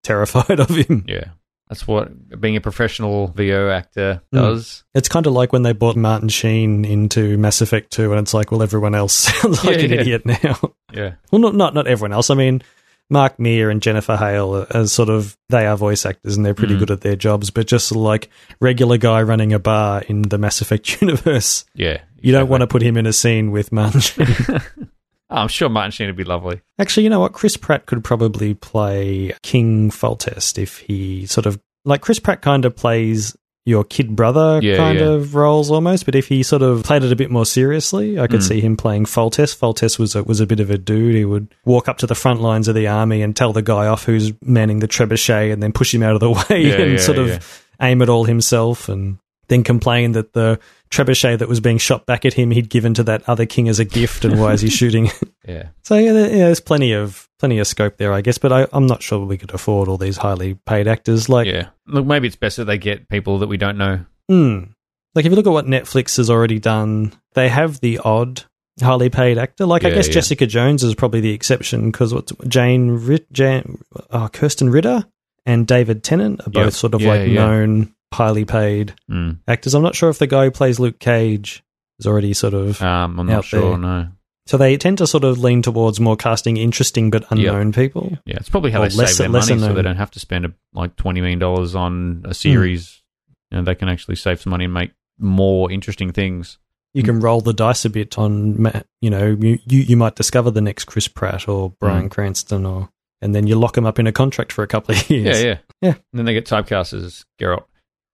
B: terrified of him.
A: yeah. That's what being a professional VO actor
B: Hmm.
A: does.
B: It's kind of like when they brought Martin Sheen into Mass Effect 2 and it's like, well everyone else sounds like
A: Yeah,
B: an
A: yeah.
B: idiot now.
A: Yeah,
B: well not not not everyone else. I mean Mark Meir and Jennifer Hale are, are sort of they are voice actors and they're pretty
A: Mm.
B: good at their jobs, but just sort of like regular guy running a bar in the Mass Effect universe.
A: yeah.
B: You don't want to put him in a scene with Martin Sheen.
A: I'm sure Martin Sheen would be lovely.
B: Actually, you know what? Chris Pratt could probably play King Foltest if he sort of like Chris Pratt kind of plays your kid brother
A: Yeah,
B: kind
A: yeah.
B: of roles almost, but if he sort of played it a bit more seriously, I could
A: Mm.
B: see him playing Foltest. Foltest was a, was a bit of a dude. He would walk up to the front lines of the army and tell the guy off who's manning the trebuchet, and then push him out of the way
A: Yeah,
B: and
A: yeah,
B: sort of
A: yeah.
B: aim it all himself, and then complain that the trebuchet that was being shot back at him he'd given to that other king as a gift, and why is he shooting
A: Yeah,
B: so yeah, there, yeah, there's plenty of plenty of scope there, I guess. But I, I'm not sure we could afford all these highly paid actors. Like,
A: yeah. Look, maybe it's best that they get people that we don't know.
B: hmm. like if you look at what Netflix has already done, they have the odd highly paid actor. Like, I
A: Yeah,
B: guess
A: yeah.
B: Jessica Jones is probably the exception because what's Jane, Ri- Jan, oh, Kirsten Ritter and David Tennant are both
A: Yep.
B: sort of
A: Yeah,
B: like
A: yeah.
B: known highly paid
A: Mm.
B: actors. I'm not sure if the guy who plays Luke Cage is already sort of
A: Um, I'm
B: Out
A: not sure.
B: there.
A: No.
B: so they tend to sort of lean towards more casting interesting but unknown people.
A: Yeah, it's probably how
B: Or
A: they
B: lesser-
A: save their
B: lesser
A: money, so they
B: known. Hmm.
A: don't have to spend a, like twenty million dollars on a series. You know, they can actually save some money and make more interesting things.
B: you
A: Mm.
B: can roll the dice a bit on ma- you know you, you you might discover the next Chris Pratt or Brian
A: Mm.
B: Cranston or and then you lock them up in a contract for a couple of years.
A: Yeah, yeah,
B: Yeah.
A: And then they get typecast as Geralt.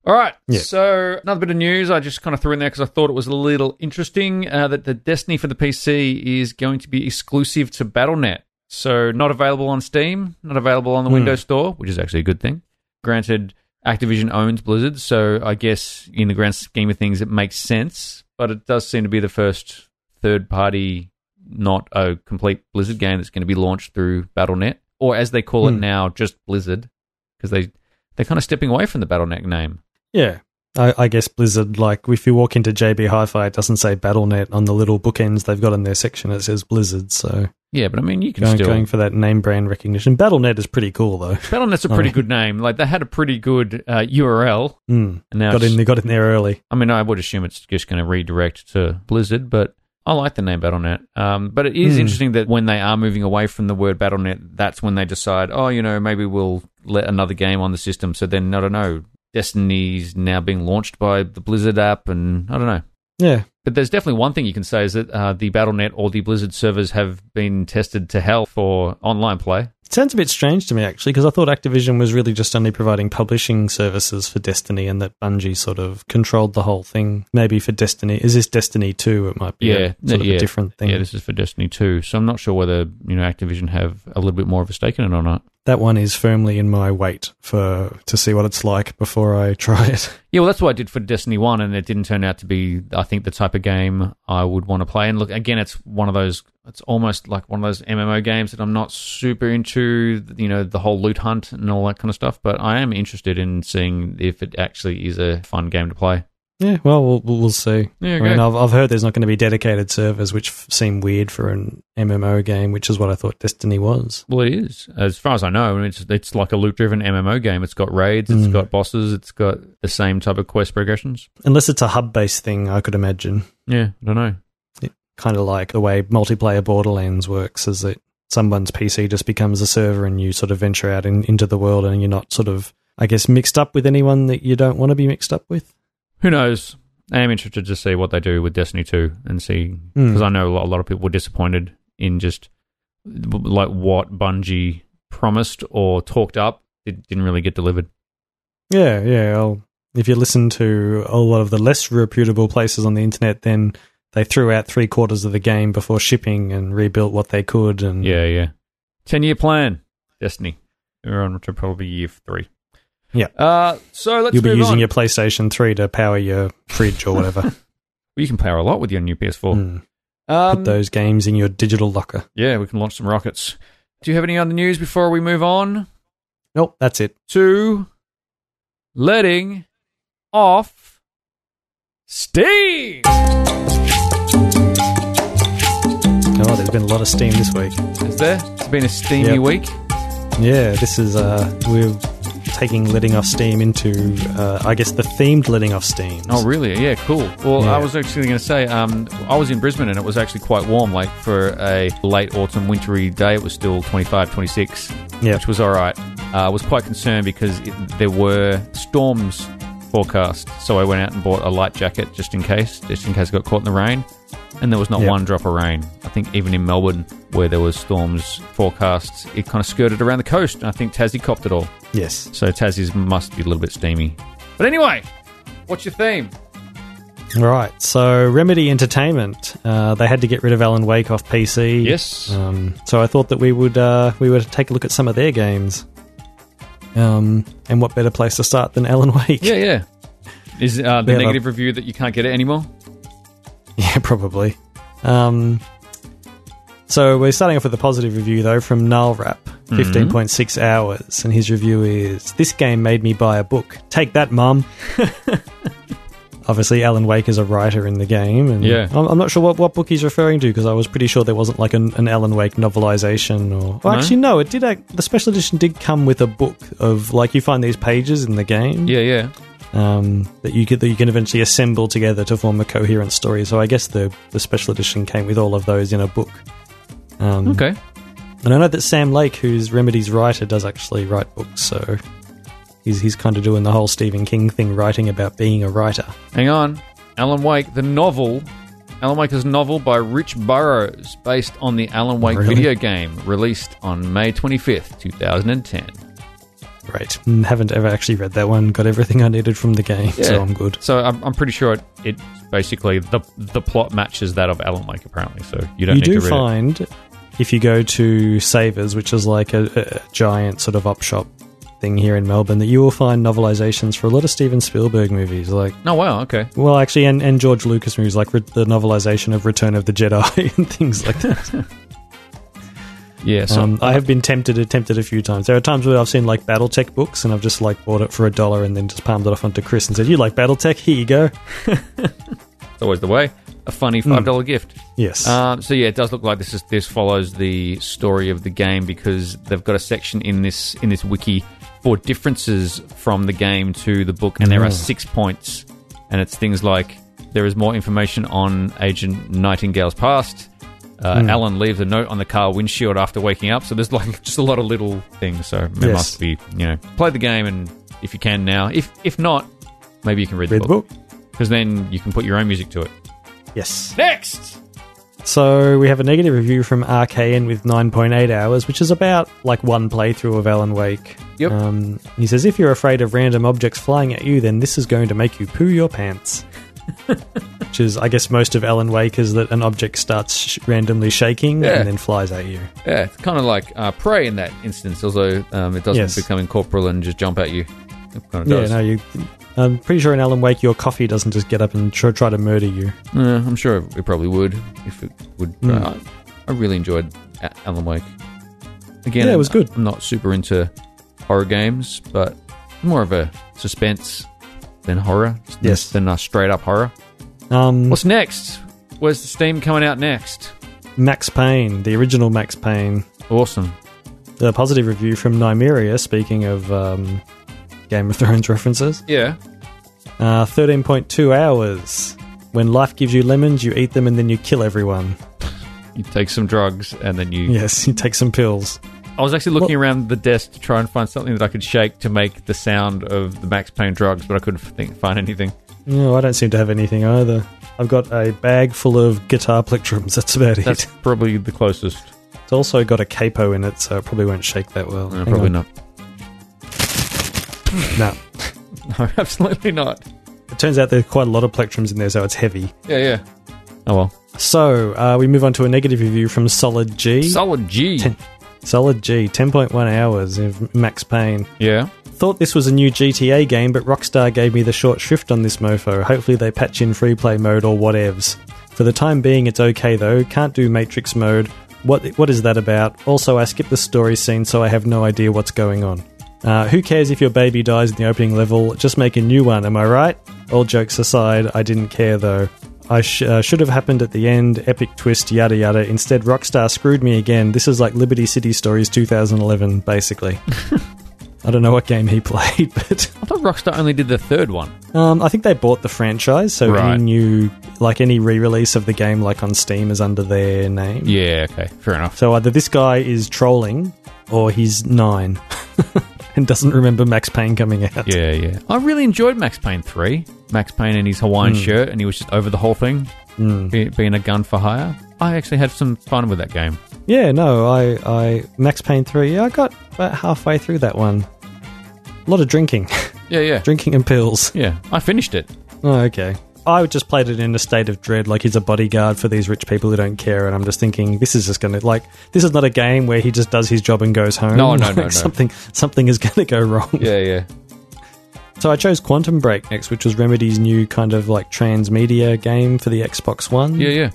A: All right.
B: Yeah.
A: So another bit of news I just kind of threw in there because I thought it was a little interesting uh, that the Destiny for the PC is going to be exclusive to BattleNet. So not available on Steam, not available on the
B: Hmm.
A: Windows Store, which is actually a good thing. Granted, Activision owns Blizzard, so I guess in the grand scheme of things, it makes sense. But it does seem to be the first third-party, not a complete Blizzard game that's going to be launched through BattleNet, or as they call it
B: Hmm.
A: now, just Blizzard, because they they're kind of stepping away from the BattleNet name.
B: Yeah. I, I guess Blizzard, like if you walk into JB Hi-Fi, it doesn't say BattleNet on the little bookends they've got in their section. It says Blizzard, so
A: Yeah, but I mean, you can
B: going,
A: still
B: going for that name brand recognition. BattleNet is pretty cool though.
A: BattleNet's a
B: I
A: pretty
B: mean-
A: good name. Like they had a pretty good uh, URL,
B: Mm.
A: and now
B: Got
A: it's-
B: in, they got in there early.
A: I mean, I would assume it's just going to redirect to Blizzard, but I like the name BattleNet. Um, but it is
B: Hmm.
A: interesting that when they are moving away from the word BattleNet, that's when they decide, oh, you know, maybe we'll let another game on the system. So then, I don't know, Destiny's now being launched by the Blizzard app, and I don't know.
B: Yeah.
A: But there's definitely one thing you can say is that uh, the BattleNet or the Blizzard servers have been tested to hell for online play.
B: It sounds a bit strange to me actually, because I thought Activision was really just only providing publishing services for Destiny, and that Bungie sort of controlled the whole thing. Maybe for Destiny, is this Destiny two? It might be a,
A: Yeah,
B: sort of
A: yeah.
B: a different thing.
A: Yeah, this is for Destiny 2. So I'm not sure whether, you know, Activision have a little bit more of a stake in it or not.
B: that one is firmly in my wait for to see what it's like before I try it.
A: Yeah, well, that's what I did for Destiny 1, and it didn't turn out to be, I think, the type of game I would want to play. And look, again, it's one of those, it's almost like one of those MMO games that I'm not super into, you know, the whole loot hunt and all that kind of stuff. But I am interested in seeing if it actually is a fun game to play.
B: Yeah, well, we'll, we'll we'll see.
A: There you
B: I mean,
A: go.
B: I've, I've heard there's not going to be dedicated servers, which f- seem weird for an MMO game, which is what I thought Destiny was.
A: Well, it is. As far as I know, I mean, it's it's like a loot-driven MMO game. It's got raids, it's
B: Mm.
A: got bosses, it's got the same type of quest progressions.
B: Unless it's a hub-based thing, I could imagine.
A: Yeah, I don't know.
B: kind of like the way multiplayer Borderlands works is that someone's PC just becomes a server and you sort of venture out in, into the world and you're not sort of, I guess, mixed up with anyone that you don't want to be mixed up with.
A: Who knows? I am interested to see what they do with Destiny 2 and see
B: Mm.
A: because I know a lot, a lot of people were disappointed in just b- like what Bungie promised or talked up. It didn't really get delivered.
B: Yeah, yeah. I'll, if you listen to a lot of the less reputable places on the internet, then they threw out three quarters of the game before shipping and rebuilt what they could. And
A: Yeah, yeah. Ten year plan, Destiny. We're on to probably year three.
B: Yeah.
A: Uh, so let's
B: You'll be
A: move
B: using
A: on.
B: your PlayStation 3 to power your fridge or whatever.
A: you can power a lot with your new PS4.
B: Mm. Put
A: Um,
B: those games in your digital locker.
A: yeah, we can launch some rockets. Do you have any other news before we move on
B: Nope, that's it.
A: to letting off Steam?
B: Oh, there's been a lot of Steam this week.
A: Is there? It's been a steamy
B: Yep.
A: week.
B: Yeah, this is uh, we're taking letting off steam into, uh, I guess, the themed letting off steam.
A: Oh, really? Yeah, cool. Well,
B: Yeah.
A: I was actually going to say, um, I was in Brisbane and it was actually quite warm. Like for a late autumn, wintry day, it was still 25, 26,
B: Yeah.
A: which was all right. Uh, I was quite concerned because it, there were storms forecast. So I went out and bought a light jacket just in case, just in case I got caught in the rain. And there was not
B: Yeah.
A: one drop of rain. I think even in Melbourne, where there was storms forecast, it kind of skirted around the coast. And I think Tassie copped it all.
B: yes.
A: So Tassie's must be a little bit steamy. But anyway, what's your theme?
B: Right. So Remedy Entertainment, uh, they had to get rid of Alan Wake off PC.
A: Yes.
B: Um, so I thought that we would uh, we would take a look at some of their games. Um, and what better place to start than Alan Wake?
A: Yeah, yeah. Is uh, the
B: Yeah,
A: negative review that you can't get it anymore?
B: Yeah, probably. Um, so we're starting off with a positive review, though, from Null Rap,
A: Mm-hmm.
B: 15.6 hours. And his review is This game made me buy a book. Take that, mum. Obviously, Alan Wake is a writer in the game. And
A: Yeah.
B: I'm, I'm not sure what, what book he's referring to because I was pretty sure there wasn't like an, an Alan Wake novelization or. Well,
A: No?
B: actually, no, it did. Act, the special edition did come with a book of like you find these pages in the game
A: Yeah, yeah.
B: um, that you could, that you can eventually assemble together to form a coherent story. So I guess the the special edition came with all of those in a book. Um,
A: Okay.
B: And I know that Sam Lake, who's Remedy's writer, does actually write books. So he's he's kind of doing the whole Stephen King thing, writing about being a writer.
A: Hang on. Alan Wake, the novel. Alan Wake's novel by Rich Burroughs, based on the Alan Wake
B: Really?
A: video game, released on May 25th, 2010.
B: Great. Mm, Haven't ever actually read that one. Got everything I needed from the game,
A: Yeah.
B: so I'm good.
A: So I'm, I'm pretty sure it, it basically the the plot matches that of Alan Wake, apparently. So you don't
B: you
A: need
B: do
A: to read it.
B: find if you go to Savers, which is like a, a giant sort of up shop thing here in Melbourne, that you will find novelizations for a lot of Steven Spielberg movies, like
A: Oh wow, okay.
B: well, actually, and, and George Lucas movies, like re- the novelization of Return of the Jedi and things like that.
A: Yeah. So
B: Um, I have been tempted, tempted a few times. There are times where I've seen like BattleTech books, and I've just like bought it for a dollar and then just palmed it off onto Chris and said, "You like BattleTech? Here you go."
A: it's always the way. A funny
B: hmm.
A: five dollar gift.
B: Yes.
A: Um, so yeah, it does look like this is this follows the story of the game because they've got a section in this in this wiki for differences from the game to the book, and there are
B: Mm.
A: six points, and it's things like there is more information on Agent Nightingale's past. Uh,
B: Mm.
A: Alan leaves a note on the car windshield after waking up, so there's like just a lot of little things. So it
B: Yes.
A: must be you know play the game, and if you can now, if if not, maybe you can read,
B: Read the book.
A: because then you can put your own music to it.
B: Yes.
A: Next.
B: So we have a negative review from RKN with 9.8 hours, which is about like one playthrough of Alan Wake.
A: Yep.
B: Um, he says, if you're afraid of random objects flying at you, then this is going to make you poo your pants. which is, I guess, most of Alan Wake is that an object starts sh- randomly shaking
A: Yeah.
B: and then flies at you.
A: Yeah, it's kind of like uh, prey in that instance, although um, it doesn't
B: Yes.
A: become incorporeal and just jump at you. It kind of does.
B: Yeah, no, you. I'm pretty sure in Alan Wake, your coffee doesn't just get up and tr- try to murder you.
A: Yeah, I'm sure it probably would if it would. but
B: Hmm.
A: I, I really enjoyed A- Alan Wake. Again,
B: Yeah, it was good.
A: I'm not super into horror games, but more of a suspense than horror. than-
B: Yes.
A: than a straight up horror.
B: Um,
A: What's next? Where's the Steam coming out next?
B: Max Payne, the original Max Payne,
A: Awesome.
B: the positive review from Nymeria, speaking of um, Game of Thrones references.
A: Yeah.
B: Uh, 13.2 hours. When life gives you lemons, you eat them and then you kill everyone.
A: You take some drugs and then you
B: Yes, you take some pills.
A: I was actually looking around the desk to try and find something that I could shake to make the sound of the Max Payne drugs, but I couldn't f- think, find anything.
B: No, I don't seem to have anything either. I've got a bag full of guitar plectrums. That's about it.
A: That's probably the closest.
B: It's also got a capo in it, so it probably won't shake that well.
A: No,
B: Hang
A: probably
B: on.
A: not.
B: No.
A: No, absolutely not.
B: It turns out there are quite a lot of plectrums in there, so it's heavy.
A: Yeah, yeah. Oh well.
B: So uh, we move on to a negative review from Solid G.
A: Solid G.
B: Ten- Solid G, 10.1 hours of Max Payne.
A: Yeah.
B: Thought this was a new GTA game, but Rockstar gave me the short shrift on this mofo. Hopefully they patch in free play mode or whatevs. For the time being, it's okay though. Can't do Matrix mode. What what is that about? Also, I skipped the story scene, so I have no idea what's going on. Uh, who cares if your baby dies in the opening level? Just make a new one. Am I right? All jokes aside, I didn't care though. I sh- uh, should have happened at the end. Epic twist, yada yada. Instead, Rockstar screwed me again. This is like Liberty City Stories 2011, basically. I don't know what game he played, but
A: I thought Rockstar only did the third one.
B: um, I think they bought the franchise, so
A: Right.
B: any new, like any re-release of the game, like on Steam, is under their name.
A: Yeah, okay, fair enough.
B: So either this guy is trolling, or he's nine and doesn't remember Max Payne coming out.
A: Yeah, yeah. I really enjoyed Max Payne 3. Max Payne in his Hawaiian shirt, and he was just over the whole thing,
B: Hmm.
A: be- being a gun for hire. I actually had some fun with that game.
B: Yeah, no, I, I Max Payne three. Yeah, I got about halfway through that one. A lot of drinking,
A: Yeah, yeah.
B: drinking and pills.
A: Yeah, I finished it.
B: Oh, okay. I just played it in a state of dread, like he's a bodyguard for these rich people who don't care, and I'm just thinking this is just going to like this is not a game where he just does his job and goes home.
A: No, no, no,
B: Like,
A: no.
B: Something something is going to go wrong.
A: Yeah, yeah.
B: So I chose Quantum Break next, which was Remedy's new kind of like transmedia game for the Xbox One.
A: Yeah, yeah.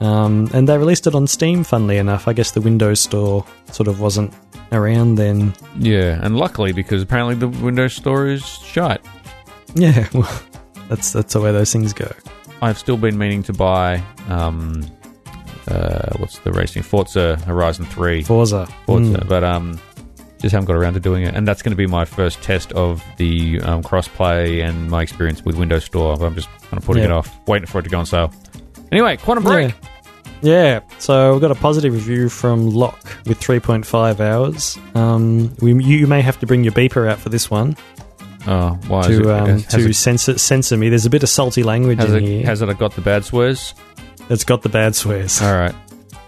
B: Um, and they released it on Steam, funnily enough. I guess the Windows Store sort of wasn't around then.
A: Yeah, and luckily because apparently the Windows Store is shut.
B: Yeah, well, that's that's the way those things go.
A: I've still been meaning to buy. Um, uh, what's the racing Forza Horizon Three
B: Forza.
A: Forza,
B: Mm.
A: but um, just haven't got around to doing it. And that's going to be my first test of the um, crossplay and my experience with Windows Store. I'm just kind of putting
B: Yeah.
A: it off, waiting for it to go on sale. Anyway, Quantum Break.
B: Yeah. yeah. So we've got a positive review from Locke with 3.5 hours. Um, we, you may have to bring your beeper out for this one
A: Oh, why is it?
B: to um,
A: has,
B: to
A: it,
B: censor censor me. There's a bit of salty language
A: has,
B: in
A: it,
B: here.
A: has it got the bad swears?
B: it's got the bad swears.
A: All right.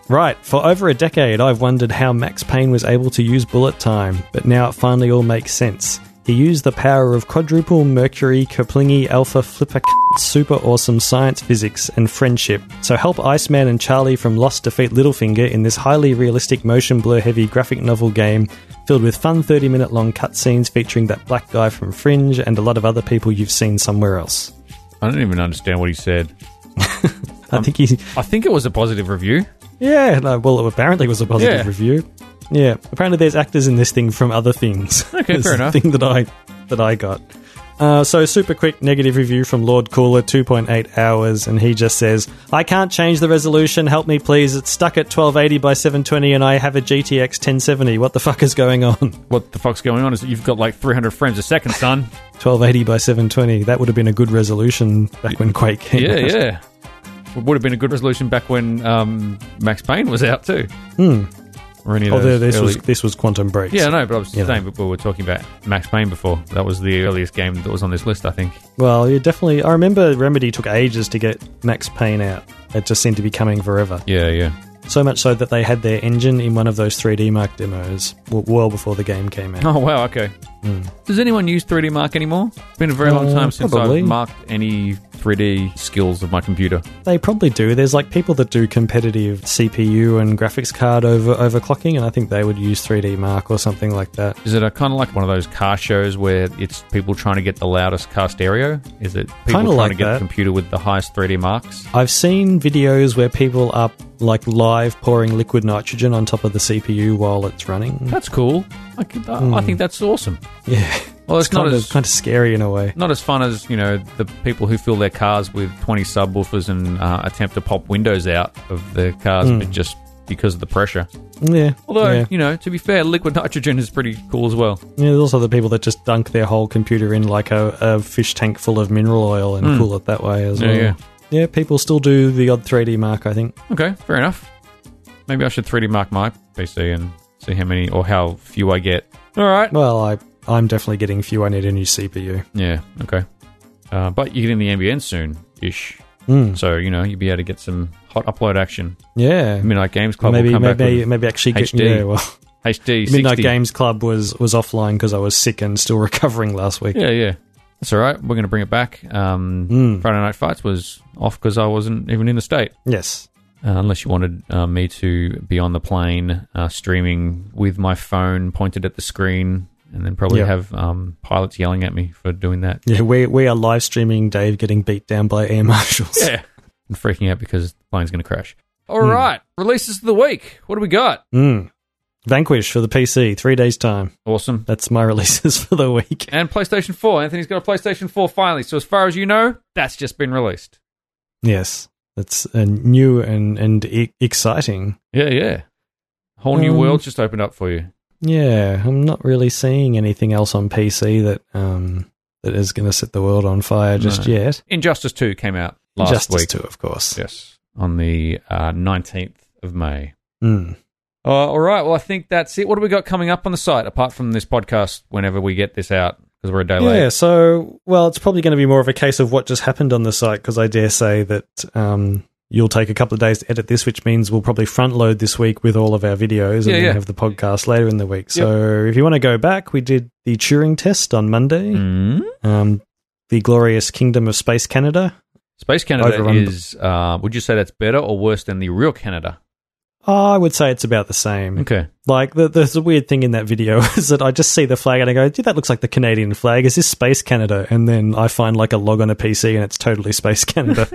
B: Right, for over a decade, I've wondered how Max Payne was able to use bullet time, but now it finally all makes sense. He used the power of quadruple mercury, Koplingy, alpha, flipper, super awesome science, physics, and friendship. So help Iceman and Charlie from Lost defeat Littlefinger in this highly realistic, motion blur heavy graphic novel game filled with fun 30 minute long cutscenes featuring that black guy from Fringe and a lot of other people you've seen somewhere else.
A: I don't even understand what he said.
B: I think he
A: I think it was a positive review.
B: Yeah, no, well, apparently it was a positive
A: Yeah.
B: review. Yeah, apparently there's actors in this thing from other things.
A: Okay,
B: It's
A: fair
B: the
A: enough.
B: Thing that I that I got. Uh, so super quick negative review from Lord Cooler, 2.8 hours, and he just says, "I can't change the resolution. Help me, please. It's stuck at 1280 by 720, and I have a GTX 1070. What the fuck is going on?
A: What the fuck's going on? Is that you've got like 300 frames a second, son?
B: 1280 by 720. That would have been a good resolution back when Quake came
A: Yeah,
B: out.
A: yeah. It would have been a good resolution back when um, Max Payne was out too. Hmm. Or any of
B: Although
A: those
B: this
A: early-
B: was this was Quantum Break.
A: Yeah, no, but I was
B: You know.
A: saying, but we were talking about Max Payne before. That was the earliest game that was on this list, I think.
B: Well, you definitely. I remember Remedy took ages to get Max Payne out. It just seemed to be coming forever.
A: Yeah, yeah.
B: So much so that they had their engine in one of those 3D Mark demos w- well before the game came out.
A: Oh, wow, okay. Does anyone use 3D Mark anymore? It's been a very long
B: Uh,
A: time since
B: probably.
A: I've marked any 3D skills of my computer.
B: They probably do. There's like people that do competitive CPU and graphics card over overclocking, and I think they would use 3D Mark or something like that.
A: Is it a kind of like one of those car shows where it's people trying to get the loudest car stereo? Is it people
B: Kinda
A: trying
B: like
A: to get
B: that.
A: the computer with the highest 3D marks?
B: I've seen videos where people are like live pouring liquid nitrogen on top of the CPU while it's running.
A: That's cool. I, could, I- I think that's awesome.
B: Yeah,
A: Well, it's, not
B: Hmm. kind
A: as
B: of kind of scary in a way.
A: not as fun as you know the people who fill their cars with twenty subwoofers and uh, attempt to pop windows out of the cars, but just because of the pressure.
B: Yeah,
A: Although
B: Hmm. yeah.
A: you know, to be fair, liquid nitrogen is pretty cool as well.
B: Yeah, there's also the people that just dunk their whole computer in like a, a fish tank full of mineral oil
A: Hmm.
B: and cool it that way as
A: Yeah,
B: well.
A: yeah.
B: Yeah, people still do the odd 3D mark, I think.
A: Okay, fair enough. Maybe I should three D mark my PC and see how many or how few I get. All right.
B: Well, I, I'm definitely getting few. I need a new CPU.
A: Yeah. Okay. Uh, but you're getting the NBN soon ish.
B: Mm.
A: So, you know, you'll be able to get some hot upload action.
B: Yeah.
A: Midnight Games Club will
B: Maybe
A: come
B: maybe
A: back
B: maybe actually get
A: HD.
B: yeah, well,
A: with HD 60.
B: Midnight Games Club was was offline because I was sick and still recovering last week.
A: Yeah, yeah. That's all right. We're going to bring it back. Um,
B: Mm.
A: Friday Night Fights was off because I wasn't even in the state.
B: Yes.
A: Uh, unless you wanted uh, me to be on the plane uh, streaming with my phone pointed at the screen and then probably
B: Yeah.
A: have um, pilots yelling at me for doing that.
B: Yeah, we we are live streaming Dave getting beat down by air marshals.
A: Yeah. And freaking out because the plane's going to crash. All
B: Hmm.
A: right, Releases of the week. What do we got?
B: Mm. Vanquish for the PC, three days time.
A: Awesome.
B: That's my releases for the week.
A: And PlayStation 4. Anthony's got a PlayStation 4 finally. So, as far as you know, that's just been released.
B: Yes, that's uh, new and and e- exciting.
A: Yeah, yeah. Whole new
B: Um,
A: world just opened up for you.
B: Yeah, I'm not really seeing anything else on PC that um that is going to set the world on fire just
A: No.
B: yet.
A: Injustice 2 came out last
B: Justice
A: week.
B: too, of course.
A: Yes. On the uh, 19th of May.
B: Mm.
A: Uh, all right. Well, I think that's it. What do we got coming up on the site apart from this podcast whenever we get this out? Because we're a day
B: Yeah,
A: late.
B: so well, it's probably going to be more of a case of what just happened on the site because I dare say that um, you'll take a couple of days to edit this, which means we'll probably front load this week with all of our videos and
A: Yeah,
B: then
A: yeah.
B: have the podcast later in the week. So if you want to go back, we did the Turing test on Monday,
A: Mm.
B: um, the glorious Kingdom of Space Canada.
A: Space Canada
B: Overrun.
A: is, uh, would you say that's better or worse than the real Canada?
B: Oh, I would say it's about the same.
A: Okay.
B: Like, the, there's a weird thing in that video is that I just see the flag and I go, "Gee, that looks like the Canadian flag. Is this Space Canada?" And then I find like a log on a PC and it's totally Space Canada.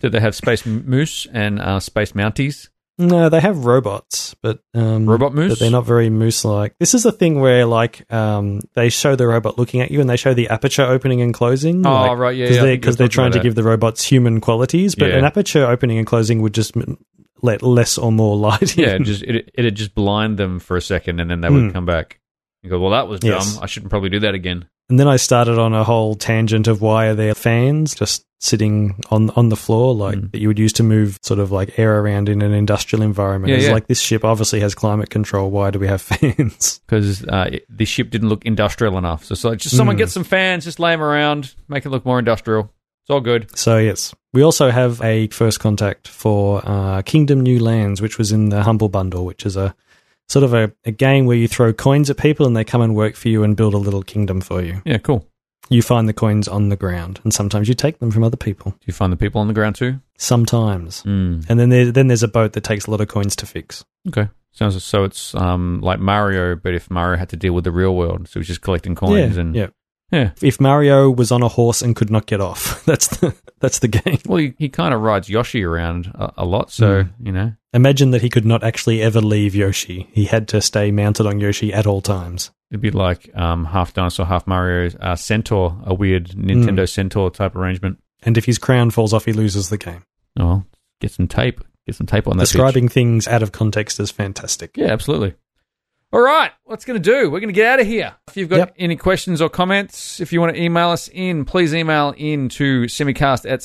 A: Did they have Space Moose and uh, Space Mounties?
B: No, they have robots, but um,
A: Robot moose?
B: But they're not very moose-like. This is the thing where, like, um, they show the robot looking at you, and they show the aperture opening and closing.
A: Oh,
B: like,
A: right, yeah,
B: because
A: yeah, I
B: they're,
A: think you
B: cause
A: were
B: they're
A: talking
B: trying
A: about
B: to
A: that.
B: give the robots human qualities. But
A: Yeah.
B: an aperture opening and closing would just m- let less or more light
A: Yeah, it
B: in.
A: just it it'd just blind them for a second, and then they would
B: Hmm.
A: come back and go, "Well, that was dumb.
B: Yes.
A: I shouldn't probably do that again."
B: And then I started on a whole tangent of why are there fans just sitting on on the floor, like
A: Mm.
B: that you would use to move sort of like air around in an industrial environment.
A: Yeah,
B: it's
A: yeah.
B: like this ship obviously has climate control. Why do we have fans?
A: Because uh, it- the ship didn't look industrial enough. So, so just someone
B: Hmm.
A: get some fans, just lay them around, make it look more industrial. It's all good.
B: So yes, we also have a first contact for uh, Kingdom New Lands, which was in the Humble Bundle, which is a sort of a, a game where you throw coins at people and they come and work for you and build a little kingdom for you.
A: Yeah, cool. Do
B: You find the coins on the ground, and sometimes you take them from other people.
A: you find the people on the ground too?
B: Sometimes,
A: Mm.
B: and then there, then there's a boat that takes a lot of coins to fix.
A: Okay. Sounds so. It's um like Mario, but if Mario had to deal with the real world, so he was just collecting coins
B: yeah,
A: and
B: yeah.
A: yeah.
B: If Mario was on a horse and could not get off, that's the that's the game.
A: Well, he, he kind of rides Yoshi around a, a lot, so
B: Hmm.
A: you know.
B: Imagine that he could not actually ever leave Yoshi. He had to stay mounted on Yoshi at all times.
A: It'd be like um, half dinosaur, half Mario uh, Centaur, a weird Nintendo
B: Mm.
A: Centaur type arrangement.
B: And if his crown falls off, he loses the game.
A: Oh, well, get some tape. Get some tape on that. bitch.
B: Describing things out of context is fantastic.
A: Yeah, absolutely. All right, what's going to do? We're going to get out of here. If you've got
B: Yep.
A: any questions or comments, if you want to email us in, please email in to semicast at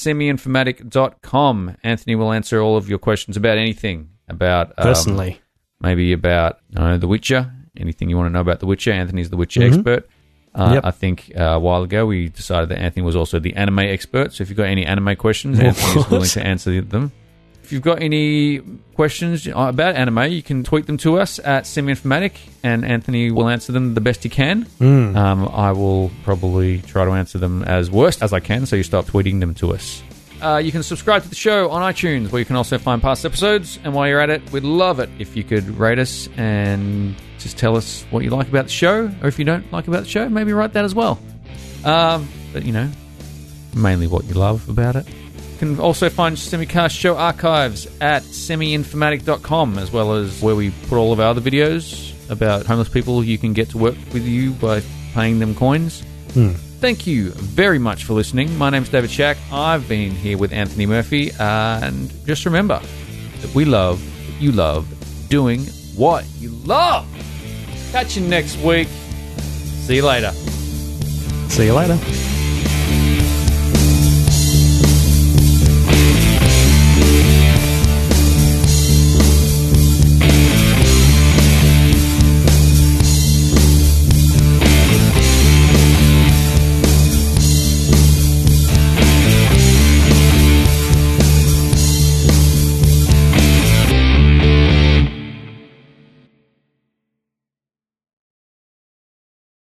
A: semiinformatic.com. Anthony will answer all of your questions about anything about um,
B: Personally,
A: maybe about I don't know, The Witcher. Anything you want to know about The Witcher? Anthony's the Witcher expert. Uh,
B: Yep.
A: I think uh, a while ago we decided that Anthony was also the anime expert. So if you've got any anime questions, Anthony's
B: What?
A: willing to answer them. If you've got any questions about anime, you can tweet them to us at SimInformatic, and Anthony will answer them the best he can. Um, I will probably try to answer them as worst as I can, so you start tweeting them to us. Uh, you can subscribe to the show on iTunes, where you can also find past episodes. And while you're at it, we'd love it if you could rate us and just tell us what you like about the show, or if you don't like about the show, maybe write that as well. Um, but you know, mainly what you love about it. You can also find Semicast show archives at semiinformatic.com, as well as where we put all of our other videos about homeless people you can get to work with you by paying them coins. Thank you very much for listening. My name's David Shack. I've been here with Anthony Murphy. And just remember that we love, that you love, doing what you love. Catch you next week. See you later.
B: see you later.